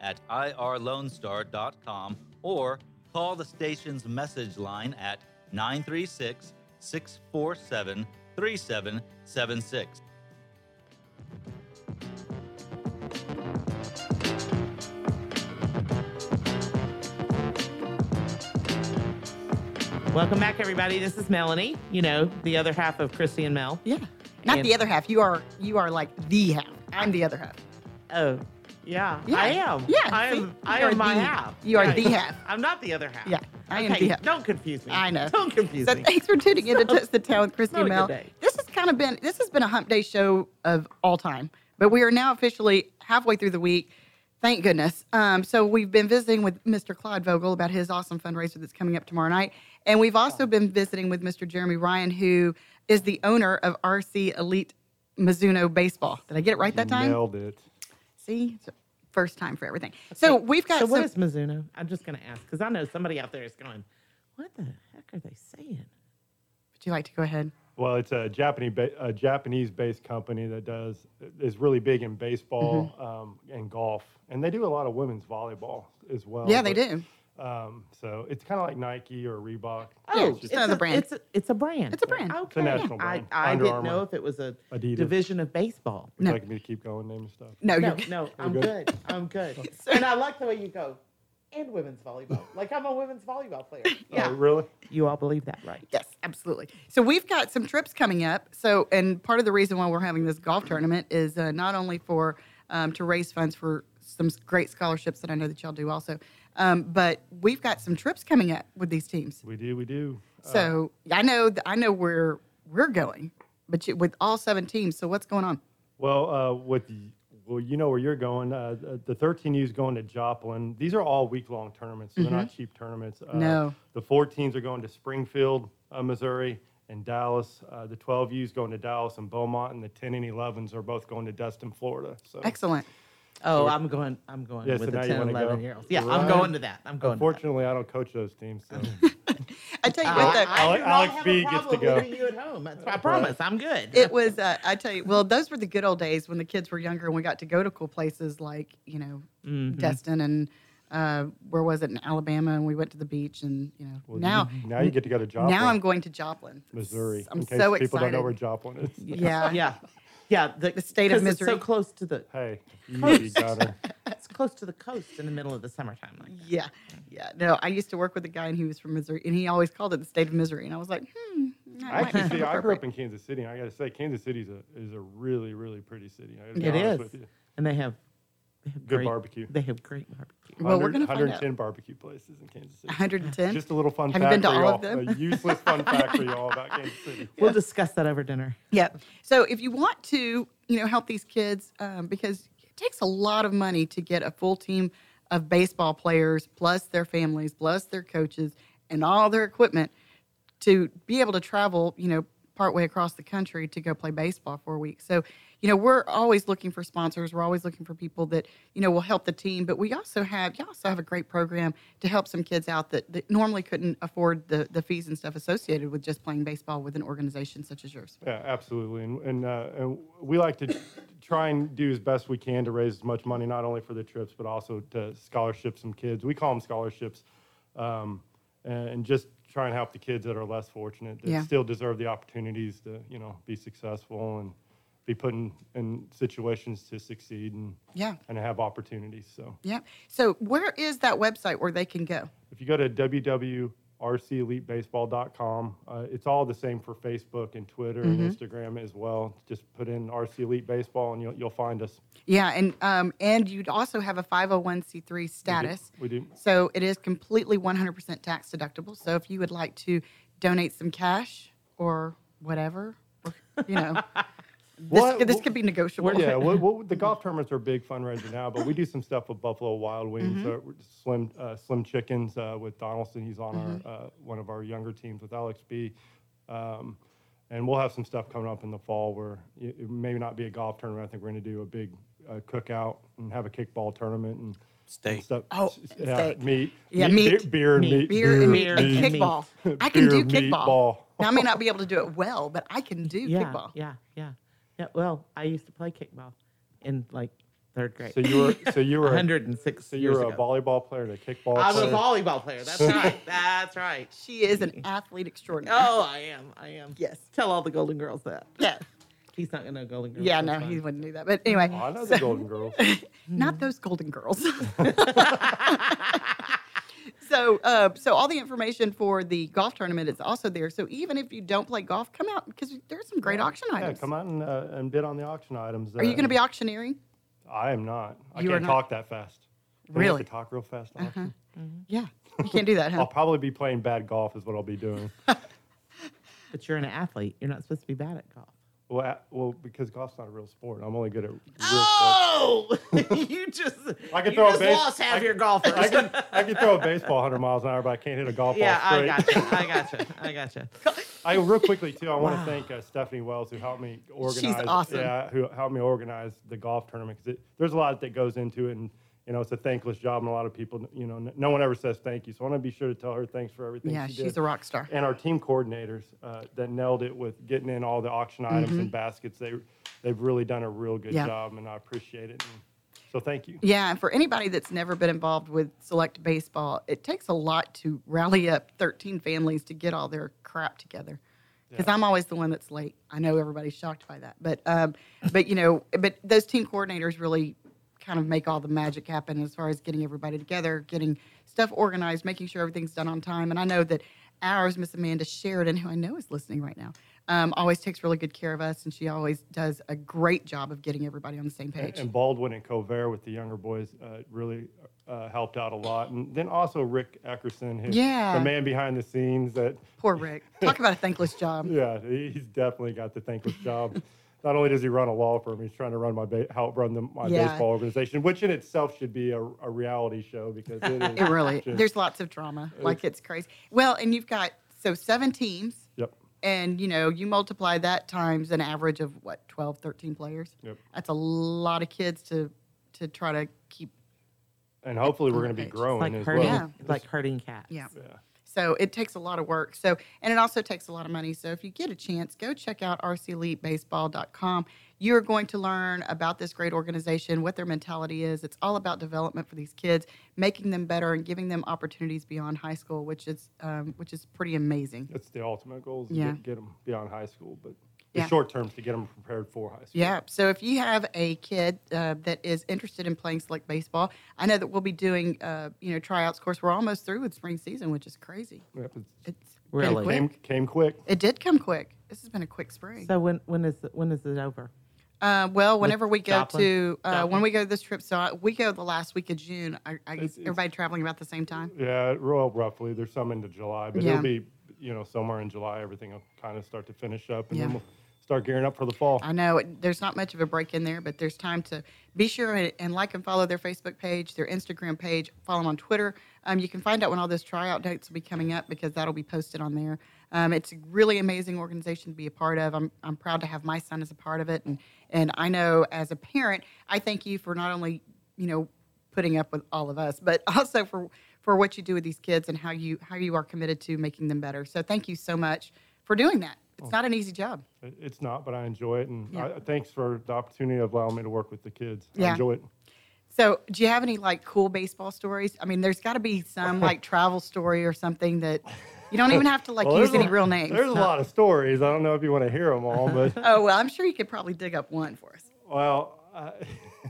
[SPEAKER 6] at irlonestar.com or call the station's message line at 936 647 3776.
[SPEAKER 1] Welcome back, everybody. This is Melanie. You know, the other half of Christy and Mel.
[SPEAKER 2] Yeah. Not the other half. You are you are like the half. I'm the other half.
[SPEAKER 1] Oh, yeah,
[SPEAKER 2] Yeah.
[SPEAKER 1] I am.
[SPEAKER 2] Yeah,
[SPEAKER 1] I
[SPEAKER 2] see?
[SPEAKER 1] am. I
[SPEAKER 2] You are
[SPEAKER 1] am my
[SPEAKER 2] the-
[SPEAKER 1] half.
[SPEAKER 2] you are the half.
[SPEAKER 1] I'm not the other half.
[SPEAKER 2] Yeah, I am
[SPEAKER 1] Okay,
[SPEAKER 2] the half.
[SPEAKER 1] Don't confuse me.
[SPEAKER 2] I know.
[SPEAKER 1] Don't confuse
[SPEAKER 2] so
[SPEAKER 1] me.
[SPEAKER 2] thanks for tuning in to Touch the Town with Christy
[SPEAKER 1] not a
[SPEAKER 2] and Mel.
[SPEAKER 1] good day.
[SPEAKER 2] This has kind of been this has been a hump day show of all time, but we are now officially halfway through the week. Thank goodness. Um, so we've been visiting with Mr. Clyde Vogel about his awesome fundraiser that's coming up tomorrow night, and we've also been visiting with Mr. Jeremy Ryan, who is the owner of RC Elite Mizuno Baseball. Did I get it right that time?
[SPEAKER 3] Nailed it.
[SPEAKER 2] See, It's the first time for everything. So we've got
[SPEAKER 1] So what
[SPEAKER 2] some-
[SPEAKER 1] is Mizuno? I'm just going to ask because I know somebody out there is going, "What the heck are they saying?"
[SPEAKER 2] Would you like to go ahead?
[SPEAKER 3] Well, it's a Japanese ba- a Japanese based company that does is really big in baseball
[SPEAKER 2] Mm-hmm.
[SPEAKER 3] um, and golf, and they do a lot of women's volleyball as
[SPEAKER 1] Oh,
[SPEAKER 3] well.
[SPEAKER 2] Yeah, they
[SPEAKER 3] but,
[SPEAKER 2] do.
[SPEAKER 3] Um, so it's kind of like Nike or Reebok.
[SPEAKER 1] Oh,
[SPEAKER 3] just-
[SPEAKER 1] it's another brand. It's a, it's a brand. It's a
[SPEAKER 2] brand.
[SPEAKER 1] Okay.
[SPEAKER 3] It's a national brand.
[SPEAKER 1] I, I
[SPEAKER 3] Under
[SPEAKER 1] didn't
[SPEAKER 3] Armour.
[SPEAKER 1] know if it was a
[SPEAKER 3] Adidas.
[SPEAKER 1] division of baseball.
[SPEAKER 3] Would you like me to keep going, naming stuff?
[SPEAKER 1] no, no, I'm
[SPEAKER 3] We're
[SPEAKER 1] good. I'm good. and I like the way you go. And women's volleyball. Like I'm a women's volleyball player. Yeah.
[SPEAKER 3] Oh, really?
[SPEAKER 1] You all believe that, right?
[SPEAKER 2] Yes, absolutely. So we've got some trips coming up. So, and part of the reason why we're having this golf tournament is uh, not only for um, to raise funds for some s- great scholarships that I know that y'all do also, um, but we've got some trips coming up with these teams.
[SPEAKER 3] We do, we do.
[SPEAKER 2] So I know, th- I know where we're going, but you, with all seven teams. So what's going on?
[SPEAKER 3] Well, uh, with y- well, you know where you're going. Uh, the- the 13U is going to Joplin. These are all week long tournaments. So They're not cheap tournaments. Uh,
[SPEAKER 2] Mm-hmm. No.
[SPEAKER 3] The 14s are going to Springfield, uh, Missouri, and Dallas. Uh, the 12U is going to Dallas and Beaumont, and the 10 and 11s are both going to Destin, Florida. So
[SPEAKER 2] Excellent.
[SPEAKER 1] Oh, I'm going. I'm going
[SPEAKER 3] Yes,
[SPEAKER 1] with
[SPEAKER 3] so
[SPEAKER 1] the
[SPEAKER 3] now you
[SPEAKER 1] 10,
[SPEAKER 3] wanna go?
[SPEAKER 1] 11 year olds. Yeah, I'm
[SPEAKER 3] Right.
[SPEAKER 1] going to that. I'm going. to that.
[SPEAKER 3] Unfortunately, I don't coach those teams. So.
[SPEAKER 2] I tell you
[SPEAKER 1] Uh,
[SPEAKER 2] what,
[SPEAKER 1] I-
[SPEAKER 2] though,
[SPEAKER 1] I do not
[SPEAKER 3] Alex
[SPEAKER 1] have a
[SPEAKER 3] B gets to
[SPEAKER 1] problem
[SPEAKER 3] go.
[SPEAKER 1] leaving you at home. That's- I promise. I'm good.
[SPEAKER 2] It was, uh, I tell you, well, those were the good old days when the kids were younger and we got to go to cool places like, you know,
[SPEAKER 3] Mm-hmm.
[SPEAKER 1] Mhm.
[SPEAKER 2] Destin and uh, where was it in Alabama? And we went to the beach and, you know,
[SPEAKER 3] Well, you-
[SPEAKER 2] now,
[SPEAKER 3] now you get to go to Joplin.
[SPEAKER 2] Now I'm going to Joplin.
[SPEAKER 3] Missouri.
[SPEAKER 2] I'm
[SPEAKER 3] in case
[SPEAKER 2] so
[SPEAKER 3] people don't know
[SPEAKER 2] excited.
[SPEAKER 3] where Joplin is.
[SPEAKER 2] Yeah.
[SPEAKER 1] Yeah. Yeah. The,
[SPEAKER 2] state of
[SPEAKER 1] 'cause it's
[SPEAKER 2] misery.
[SPEAKER 1] so close to the.
[SPEAKER 3] Hey,
[SPEAKER 2] easy,
[SPEAKER 3] daughter.
[SPEAKER 1] it's close to the coast in the middle of the summertime. Like that.
[SPEAKER 2] Yeah. Yeah. No, I used to work with a guy and he was from Missouri and he always called it the state of misery. And I was like, hmm. that might
[SPEAKER 3] Actually,
[SPEAKER 2] not
[SPEAKER 3] see,
[SPEAKER 2] be
[SPEAKER 3] I grew
[SPEAKER 2] appropriate.
[SPEAKER 3] up in Kansas City, and I got to say, Kansas City is a, is a really, really pretty city. I gotta be
[SPEAKER 1] It
[SPEAKER 3] honest
[SPEAKER 1] is.
[SPEAKER 3] With you.
[SPEAKER 1] And they have, they have
[SPEAKER 3] Good
[SPEAKER 1] great,
[SPEAKER 3] barbecue.
[SPEAKER 1] They have great barbecue.
[SPEAKER 3] 100 110 barbecue places in Kansas City.
[SPEAKER 2] 110?
[SPEAKER 3] Just a little fun
[SPEAKER 2] Have you
[SPEAKER 3] fact
[SPEAKER 2] been to
[SPEAKER 3] for
[SPEAKER 2] all
[SPEAKER 3] y'all.
[SPEAKER 2] of them?
[SPEAKER 3] A useless fun fact for y'all about Kansas City.
[SPEAKER 1] We'll discuss that over dinner.
[SPEAKER 2] Yeah. So if you want to, you know, help these kids, um, because it takes a lot of money to get a full team of baseball players, plus their families, plus their coaches, and all their equipment to be able to travel, you know, partway across the country to go play baseball for a week. So, you know, we're always looking for sponsors. We're always looking for people that, you know, will help the team. But we also have, you also have a great program to help some kids out that, that normally couldn't afford the, the fees and stuff associated with just playing baseball with an organization such as yours.
[SPEAKER 3] Yeah, absolutely. And, and, uh, and we like to try and do as best we can to raise as much money, not only for the trips, but also to scholarship some kids. We call them scholarships. Um, and, and just try and help the kids that are less fortunate that
[SPEAKER 2] Yeah.
[SPEAKER 3] still deserve the opportunities to, you know, be successful and be put in, in situations to succeed and,
[SPEAKER 2] Yeah.
[SPEAKER 3] and have opportunities. So
[SPEAKER 2] Yeah. So, where is that website where they can go?
[SPEAKER 3] if you go to www.rcelitebaseball.com, uh, it's all the same for Facebook and Twitter
[SPEAKER 2] Mhm.
[SPEAKER 3] and Instagram as well. Just put in RC Elite Baseball and you'll, you'll find us.
[SPEAKER 2] Yeah, and um, and you'd also have a
[SPEAKER 3] Mm-hmm.
[SPEAKER 2] 501c3 status.
[SPEAKER 3] We do.
[SPEAKER 2] So it is completely 100% tax deductible. So if you would like to donate some cash or whatever, or, you know, this,
[SPEAKER 3] What-
[SPEAKER 2] this could be negotiable.
[SPEAKER 3] Yeah, what, what, the golf tournaments are a big fundraiser now, but we do some stuff with Buffalo Wild Wings,
[SPEAKER 2] Mhm.
[SPEAKER 3] uh, with Slim uh, Slim Chickens uh, with Donaldson. He's on
[SPEAKER 2] Mm-hmm.
[SPEAKER 3] our uh, one of our younger teams with Alex B. Um, and we'll have some stuff coming up in the fall where it, it may not be a golf tournament. I think we're going to do a big uh, cookout and have a kickball tournament and steak. stuff.
[SPEAKER 2] Oh,
[SPEAKER 3] yeah,
[SPEAKER 2] steak.
[SPEAKER 3] meat.
[SPEAKER 2] Yeah,
[SPEAKER 3] Beer,
[SPEAKER 2] meat.
[SPEAKER 3] beer and
[SPEAKER 2] Meat.
[SPEAKER 3] meat.
[SPEAKER 2] Beer and meat. And kickball. I can
[SPEAKER 3] Beer
[SPEAKER 2] do
[SPEAKER 3] and
[SPEAKER 2] kickball.
[SPEAKER 3] meatball.
[SPEAKER 2] Now, I may not be able to do it well, but I can do
[SPEAKER 1] yeah,
[SPEAKER 2] kickball.
[SPEAKER 1] Yeah, yeah, yeah. Well, I used to play kickball in like third grade.
[SPEAKER 3] So you were so you were a-
[SPEAKER 1] 106.
[SPEAKER 3] So you were
[SPEAKER 1] years
[SPEAKER 3] a
[SPEAKER 1] ago.
[SPEAKER 3] volleyball player and a kickball.
[SPEAKER 1] I was
[SPEAKER 3] player.
[SPEAKER 1] a volleyball player. That's right. That's right.
[SPEAKER 2] She is an athlete extraordinary.
[SPEAKER 1] Oh, I am. I am.
[SPEAKER 2] Yes.
[SPEAKER 1] Tell all the Golden Girls that.
[SPEAKER 2] Yes.
[SPEAKER 1] He's not gonna know Golden Girls.
[SPEAKER 2] Yeah,
[SPEAKER 1] that's
[SPEAKER 2] no,
[SPEAKER 1] fine.
[SPEAKER 2] he wouldn't do that. But anyway,
[SPEAKER 3] Oh, I know
[SPEAKER 2] so-
[SPEAKER 3] the Golden Girls.
[SPEAKER 2] not those golden girls. so, uh, so all the information for the golf tournament is also there. So even if you don't play golf, come out because there's some great auction
[SPEAKER 3] Yeah,
[SPEAKER 2] items.
[SPEAKER 3] come out and, uh, and bid on the auction items.
[SPEAKER 2] Are you
[SPEAKER 3] uh,
[SPEAKER 2] going to be auctioneering?
[SPEAKER 3] I am not. I
[SPEAKER 2] You are
[SPEAKER 3] can't
[SPEAKER 2] not?
[SPEAKER 3] talk that fast. I have to
[SPEAKER 2] Really? Uh-huh.
[SPEAKER 3] talk real fast. at auction.
[SPEAKER 2] Yeah, you can't do that, huh?
[SPEAKER 3] I'll probably be playing bad golf is what I'll be doing.
[SPEAKER 1] But you're an athlete. You're not supposed to be bad at golf.
[SPEAKER 3] well, a- well, because golf's not a real sport. I'm only good at real
[SPEAKER 1] Oh, you just
[SPEAKER 3] I can
[SPEAKER 1] you
[SPEAKER 3] throw a
[SPEAKER 1] just
[SPEAKER 3] base-
[SPEAKER 1] lost half
[SPEAKER 3] I can-
[SPEAKER 1] your golfers.
[SPEAKER 3] sports. I can, I can throw a baseball 100 miles an hour, but I can't hit a golf
[SPEAKER 1] yeah,
[SPEAKER 3] ball
[SPEAKER 1] I
[SPEAKER 3] straight.
[SPEAKER 1] gotcha. I gotcha. I gotcha.
[SPEAKER 3] I real quickly too. I want
[SPEAKER 1] Wow.
[SPEAKER 3] to thank uh, Stephanie Wells who helped me organize.
[SPEAKER 1] awesome.
[SPEAKER 3] Yeah, who helped me organize the golf tournament because there's a lot that goes into it, and you know it's a thankless job, and a lot of people, you know, n- no one ever says thank you. So I want to be sure to tell her thanks for everything.
[SPEAKER 2] Yeah,
[SPEAKER 3] she
[SPEAKER 2] she's
[SPEAKER 3] did.
[SPEAKER 2] a rock star.
[SPEAKER 3] And our team coordinators uh, that nailed it with getting in all the auction items
[SPEAKER 2] Mhm.
[SPEAKER 3] and baskets. They they've really done a real good
[SPEAKER 2] Yeah.
[SPEAKER 3] job, and I appreciate it. And so thank you.
[SPEAKER 2] Yeah, and for anybody that's never been involved with select baseball, it takes a lot to rally up 13 families to get all their crap together. Because
[SPEAKER 14] Yeah.
[SPEAKER 2] I'm always the one that's late. I know everybody's shocked by that, but um, but you know, but those team coordinators really kind of make all the magic happen as far as getting everybody together, getting stuff organized, making sure everything's done on time. And I know that ours, Miss Amanda Sheridan, who I know is listening right now, um, always takes really good care of us, and she always does a great job of getting everybody on the same
[SPEAKER 3] And-
[SPEAKER 2] page.
[SPEAKER 3] And Baldwin and Covert with the younger boys uh, really uh, helped out a lot. And then also Rick Eckerson, who,
[SPEAKER 2] Yeah.
[SPEAKER 3] the man behind the scenes that,
[SPEAKER 2] Poor Rick. Talk about a thankless job.
[SPEAKER 3] yeah, he- he's definitely got the thankless job. Not only does he run a law firm, he's trying to run my ba- help run the, my
[SPEAKER 2] Yeah.
[SPEAKER 3] baseball organization, which in itself should be a, a reality show because it, is
[SPEAKER 2] It really,
[SPEAKER 3] just-
[SPEAKER 2] there's lots of drama. Like it's crazy. Well, and you've got so seven teams,
[SPEAKER 3] Yep.
[SPEAKER 2] and you know, you multiply that times an average of what 12, 13 players.
[SPEAKER 3] Yep.
[SPEAKER 2] That's a lot of kids to to try to keep.
[SPEAKER 3] And hopefully we're going to be
[SPEAKER 2] It's
[SPEAKER 3] growing
[SPEAKER 1] like
[SPEAKER 3] as
[SPEAKER 1] herding,
[SPEAKER 3] well.
[SPEAKER 1] it's like herding cats.
[SPEAKER 2] Yeah. So it takes a lot of work. So and it also takes a lot of money. So if you get a chance, go check out rcelitebaseball.com. You're going to learn about this great organization, what their mentality is. It's all about development for these kids, making them better and giving them opportunities beyond high school, which is um, which is pretty amazing.
[SPEAKER 3] That's the ultimate goal is
[SPEAKER 2] Yeah.
[SPEAKER 3] to get, get them beyond high school, but the
[SPEAKER 2] Yeah.
[SPEAKER 3] short term is to get them prepared for high school.
[SPEAKER 2] Yeah. So if you have a kid uh, that is interested in playing select baseball, I know that we'll be doing, uh, you know, tryouts. Of course, we're almost through with spring season, which is crazy.
[SPEAKER 3] Yep,
[SPEAKER 2] It's been
[SPEAKER 1] Really?
[SPEAKER 2] quick.
[SPEAKER 3] Came, came quick.
[SPEAKER 2] It did come quick. This has been a quick spring.
[SPEAKER 1] So when when is when is it over?
[SPEAKER 2] Uh, well,
[SPEAKER 1] With
[SPEAKER 2] whenever we go
[SPEAKER 1] Joplin?
[SPEAKER 2] to uh, when
[SPEAKER 1] Joplin?
[SPEAKER 2] we go to this trip, so I, we go the last week of June. I, I guess everybody traveling about the same time.
[SPEAKER 3] Yeah, well, roughly. There's some into July, but
[SPEAKER 2] Yeah.
[SPEAKER 3] it'll be, you know, somewhere in July, everything will kind of start to finish up. And
[SPEAKER 2] Yeah.
[SPEAKER 3] then we'll start gearing up for the fall.
[SPEAKER 2] I know it- there's not much of a break in there, but there's time to be sure and, and like and follow their Facebook page, their Instagram page, follow them on Twitter. Um, you can find out when all those tryout dates will be coming up because that'll be posted on there. Um, it's a really amazing organization to be a part of. I'm, I'm proud to have my son as a part of it, and and I know as a parent, I thank you for not only you know putting up with all of us, but also for for what you do with these kids and how you how you are committed to making them better. So thank you so much for doing that. It's
[SPEAKER 3] Oh.
[SPEAKER 2] not an easy job.
[SPEAKER 3] It- It's not, but I enjoy it, and
[SPEAKER 2] Yeah.
[SPEAKER 3] I, thanks for the opportunity of allowing me to work with the kids. I
[SPEAKER 2] Yeah.
[SPEAKER 3] enjoy it.
[SPEAKER 2] So, do you have any like cool baseball stories? I mean, there's got to be some like travel story or something that you don't even have to like
[SPEAKER 3] Well,
[SPEAKER 2] use
[SPEAKER 3] there's
[SPEAKER 2] any
[SPEAKER 3] a-
[SPEAKER 2] real names.
[SPEAKER 3] There's a lot of stories. I don't know if you want to hear them all, but
[SPEAKER 2] Oh well, I'm sure you could probably dig up one for us.
[SPEAKER 3] Well, I,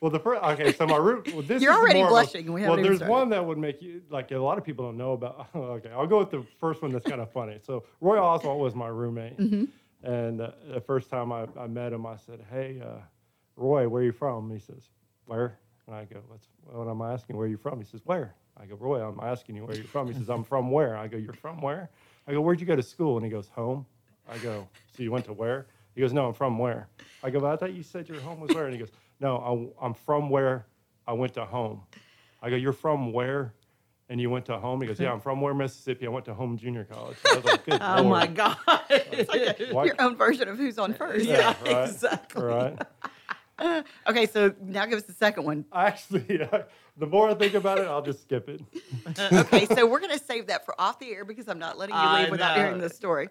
[SPEAKER 3] well, the first okay. So my root. Well, this
[SPEAKER 2] You're
[SPEAKER 3] is
[SPEAKER 2] already
[SPEAKER 3] more of a-
[SPEAKER 2] blushing. We haven't
[SPEAKER 3] well,
[SPEAKER 2] even
[SPEAKER 3] there's
[SPEAKER 2] started.
[SPEAKER 3] one that would make you like a lot of people don't know about. Okay, I'll go with the first one that's kind of funny. So Roy Oswald was my roommate,
[SPEAKER 15] Mhm.
[SPEAKER 3] and uh, the first time I, I met him, I said, "Hey, uh, Roy, where are you from?" And he says, "Where?" And I go, "What's?" Well, I'm asking where you from. He says, "Where?" I go, "Roy, I'm asking you where you're from." He says, "I'm from where?" I go, "You're from where?" I go, "Where'd you go to school?" And he goes, "Home." I go, so you went to where? He goes, no, I'm from where. I go, but I thought you said your home was where. And he goes, no, I, am from where I went to home. I go, you're from where? And you went to home? He goes, yeah, I'm from where, Mississippi. I went to home junior college. I was like, good
[SPEAKER 1] Oh my
[SPEAKER 3] Lord.
[SPEAKER 1] God.
[SPEAKER 2] It's like a-
[SPEAKER 3] Why-
[SPEAKER 2] your own version of who's on first.
[SPEAKER 3] Yeah, Yeah, right, exactly. right.
[SPEAKER 2] Uh, okay, so now give us the second one.
[SPEAKER 3] Actually, uh, the more I think about it, I'll just skip it.
[SPEAKER 2] okay, so we're gonna save that for off the air because I'm not letting you
[SPEAKER 3] I
[SPEAKER 2] leave without
[SPEAKER 3] know.
[SPEAKER 2] hearing this story.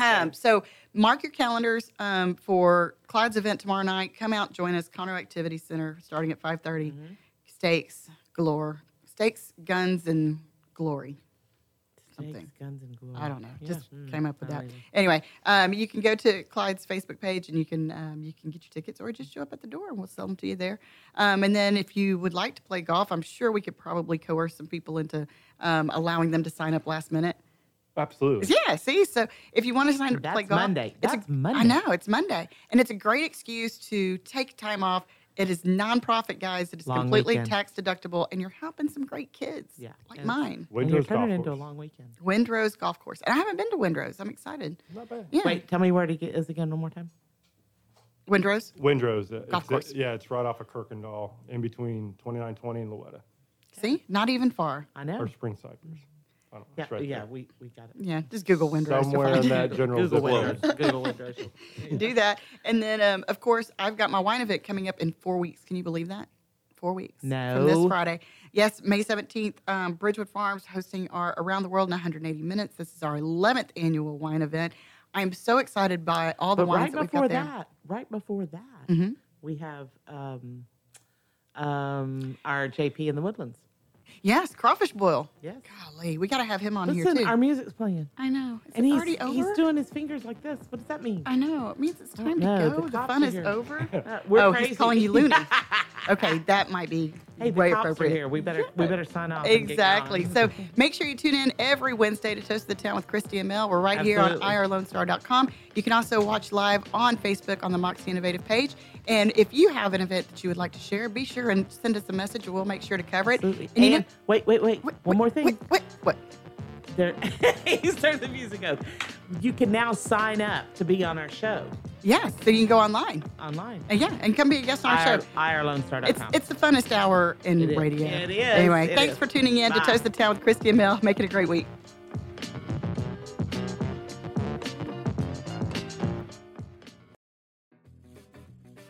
[SPEAKER 2] Um, so mark your calendars um, for Clyde's event tomorrow night. Come out, join us, Conroe Activity Center, starting at 5:30.
[SPEAKER 3] Mm-hmm.
[SPEAKER 2] Steaks galore, steaks, guns, and glory. Something.
[SPEAKER 1] Guns and glory.
[SPEAKER 2] I don't know.
[SPEAKER 1] Yeah.
[SPEAKER 2] Just
[SPEAKER 1] Mm,
[SPEAKER 2] came up with
[SPEAKER 1] I
[SPEAKER 2] that.
[SPEAKER 1] don't either.
[SPEAKER 2] Anyway, um, you can go to Clyde's Facebook page and you can um, you can get your tickets, or just show up at the door and we'll sell them to you there. Um, and then if you would like to play golf, I'm sure we could probably coerce some people into um, allowing them to sign up last minute.
[SPEAKER 3] Absolutely.
[SPEAKER 2] Yeah, see, so if you want to sign up to play
[SPEAKER 1] That's
[SPEAKER 2] golf,
[SPEAKER 1] Monday.
[SPEAKER 2] It's
[SPEAKER 1] That's
[SPEAKER 2] a,
[SPEAKER 1] Monday.
[SPEAKER 2] I know it's Monday, and it's a great excuse to take time off. It is nonprofit, guys. It is
[SPEAKER 1] Long
[SPEAKER 2] completely
[SPEAKER 1] weekend.
[SPEAKER 2] tax deductible, and you're helping some great kids.
[SPEAKER 1] Yeah.
[SPEAKER 2] like mine.
[SPEAKER 1] And you're turning into a long weekend.
[SPEAKER 2] Windrose Golf Course, and I haven't been to Windrose. I'm excited.
[SPEAKER 3] Not bad.
[SPEAKER 2] Yeah.
[SPEAKER 1] Wait, tell me where to get is again one more time.
[SPEAKER 2] Windrose.
[SPEAKER 3] Windrose. uh,
[SPEAKER 2] Golf
[SPEAKER 3] it's-
[SPEAKER 2] course.
[SPEAKER 3] Yeah, it's right off of Kirkendall in between 2920 and Louetta.
[SPEAKER 2] See, not even far.
[SPEAKER 1] I
[SPEAKER 3] Or Spring Cypress. I don't know.
[SPEAKER 1] Yeah,
[SPEAKER 3] It's right
[SPEAKER 1] yeah,
[SPEAKER 3] there.
[SPEAKER 1] we, we got it.
[SPEAKER 2] Yeah, just Google Windrose. you'll
[SPEAKER 3] Somewhere
[SPEAKER 2] find
[SPEAKER 3] in
[SPEAKER 2] it.
[SPEAKER 3] that general
[SPEAKER 1] Google
[SPEAKER 3] zip code.
[SPEAKER 1] Windrose. Google Windrose.
[SPEAKER 2] Do that, and then um, of course I've got my wine event coming up in four weeks. Can you believe that? Four weeks. From this
[SPEAKER 1] No.
[SPEAKER 2] Friday. Yes, May 17th, um, Bridgewood Farms hosting our Around the World in 180 Minutes. This is our 11th annual wine event. I'm so excited by all the
[SPEAKER 1] but
[SPEAKER 2] wines
[SPEAKER 1] right
[SPEAKER 2] that we
[SPEAKER 1] before
[SPEAKER 2] got there.
[SPEAKER 1] that, right before that,
[SPEAKER 2] Mhm.
[SPEAKER 1] we have um, um, our JP in the Woodlands.
[SPEAKER 2] Yes, crawfish boil.
[SPEAKER 1] Yes.
[SPEAKER 2] Golly, we got to have him on
[SPEAKER 1] Listen,
[SPEAKER 2] here too.
[SPEAKER 1] our music's playing.
[SPEAKER 2] I know. Is
[SPEAKER 1] and
[SPEAKER 2] it
[SPEAKER 1] he's,
[SPEAKER 2] already over? Oh.
[SPEAKER 1] he's doing his fingers like this. What does that mean?
[SPEAKER 2] I know. It means it's
[SPEAKER 1] I
[SPEAKER 2] time
[SPEAKER 1] don't
[SPEAKER 2] to
[SPEAKER 1] know.
[SPEAKER 2] go.
[SPEAKER 1] The
[SPEAKER 2] The,
[SPEAKER 1] cops
[SPEAKER 2] fun
[SPEAKER 1] are
[SPEAKER 2] is
[SPEAKER 1] here.
[SPEAKER 2] over.
[SPEAKER 1] Uh, we're
[SPEAKER 2] oh,
[SPEAKER 1] crazy.
[SPEAKER 2] he's calling you loony. okay, that might be
[SPEAKER 1] Hey, the
[SPEAKER 2] way
[SPEAKER 1] cops are
[SPEAKER 2] appropriate.
[SPEAKER 1] here. We better we better sign off. and get
[SPEAKER 2] Exactly.
[SPEAKER 1] going.
[SPEAKER 2] So make sure you tune in every Wednesday to Toast the Town with Christy and Mel. We're right
[SPEAKER 1] Absolutely.
[SPEAKER 2] here on irlonestar.com. You can also watch live on Facebook on the Moxie Innovative page. And if you have an event that you would like to share, be sure and send us a message. and We'll make sure to cover it. Absolutely. And, you know-
[SPEAKER 1] And wait, wait, wait, One more thing.
[SPEAKER 2] what? What?
[SPEAKER 1] There, he started the music up. You can now sign up to be on our show
[SPEAKER 2] yes, so you can go online.
[SPEAKER 1] online.
[SPEAKER 2] And yeah, and come be a guest on our
[SPEAKER 1] IR,
[SPEAKER 2] show.
[SPEAKER 1] IRLoneStar.com.
[SPEAKER 2] It's, it's the funnest hour in
[SPEAKER 1] It is.
[SPEAKER 2] radio.
[SPEAKER 1] It is.
[SPEAKER 2] Anyway,
[SPEAKER 1] It
[SPEAKER 2] thanks
[SPEAKER 1] is.
[SPEAKER 2] for tuning in
[SPEAKER 1] Bye.
[SPEAKER 2] to Toast the Town with Christy and Mel. Make it a great week.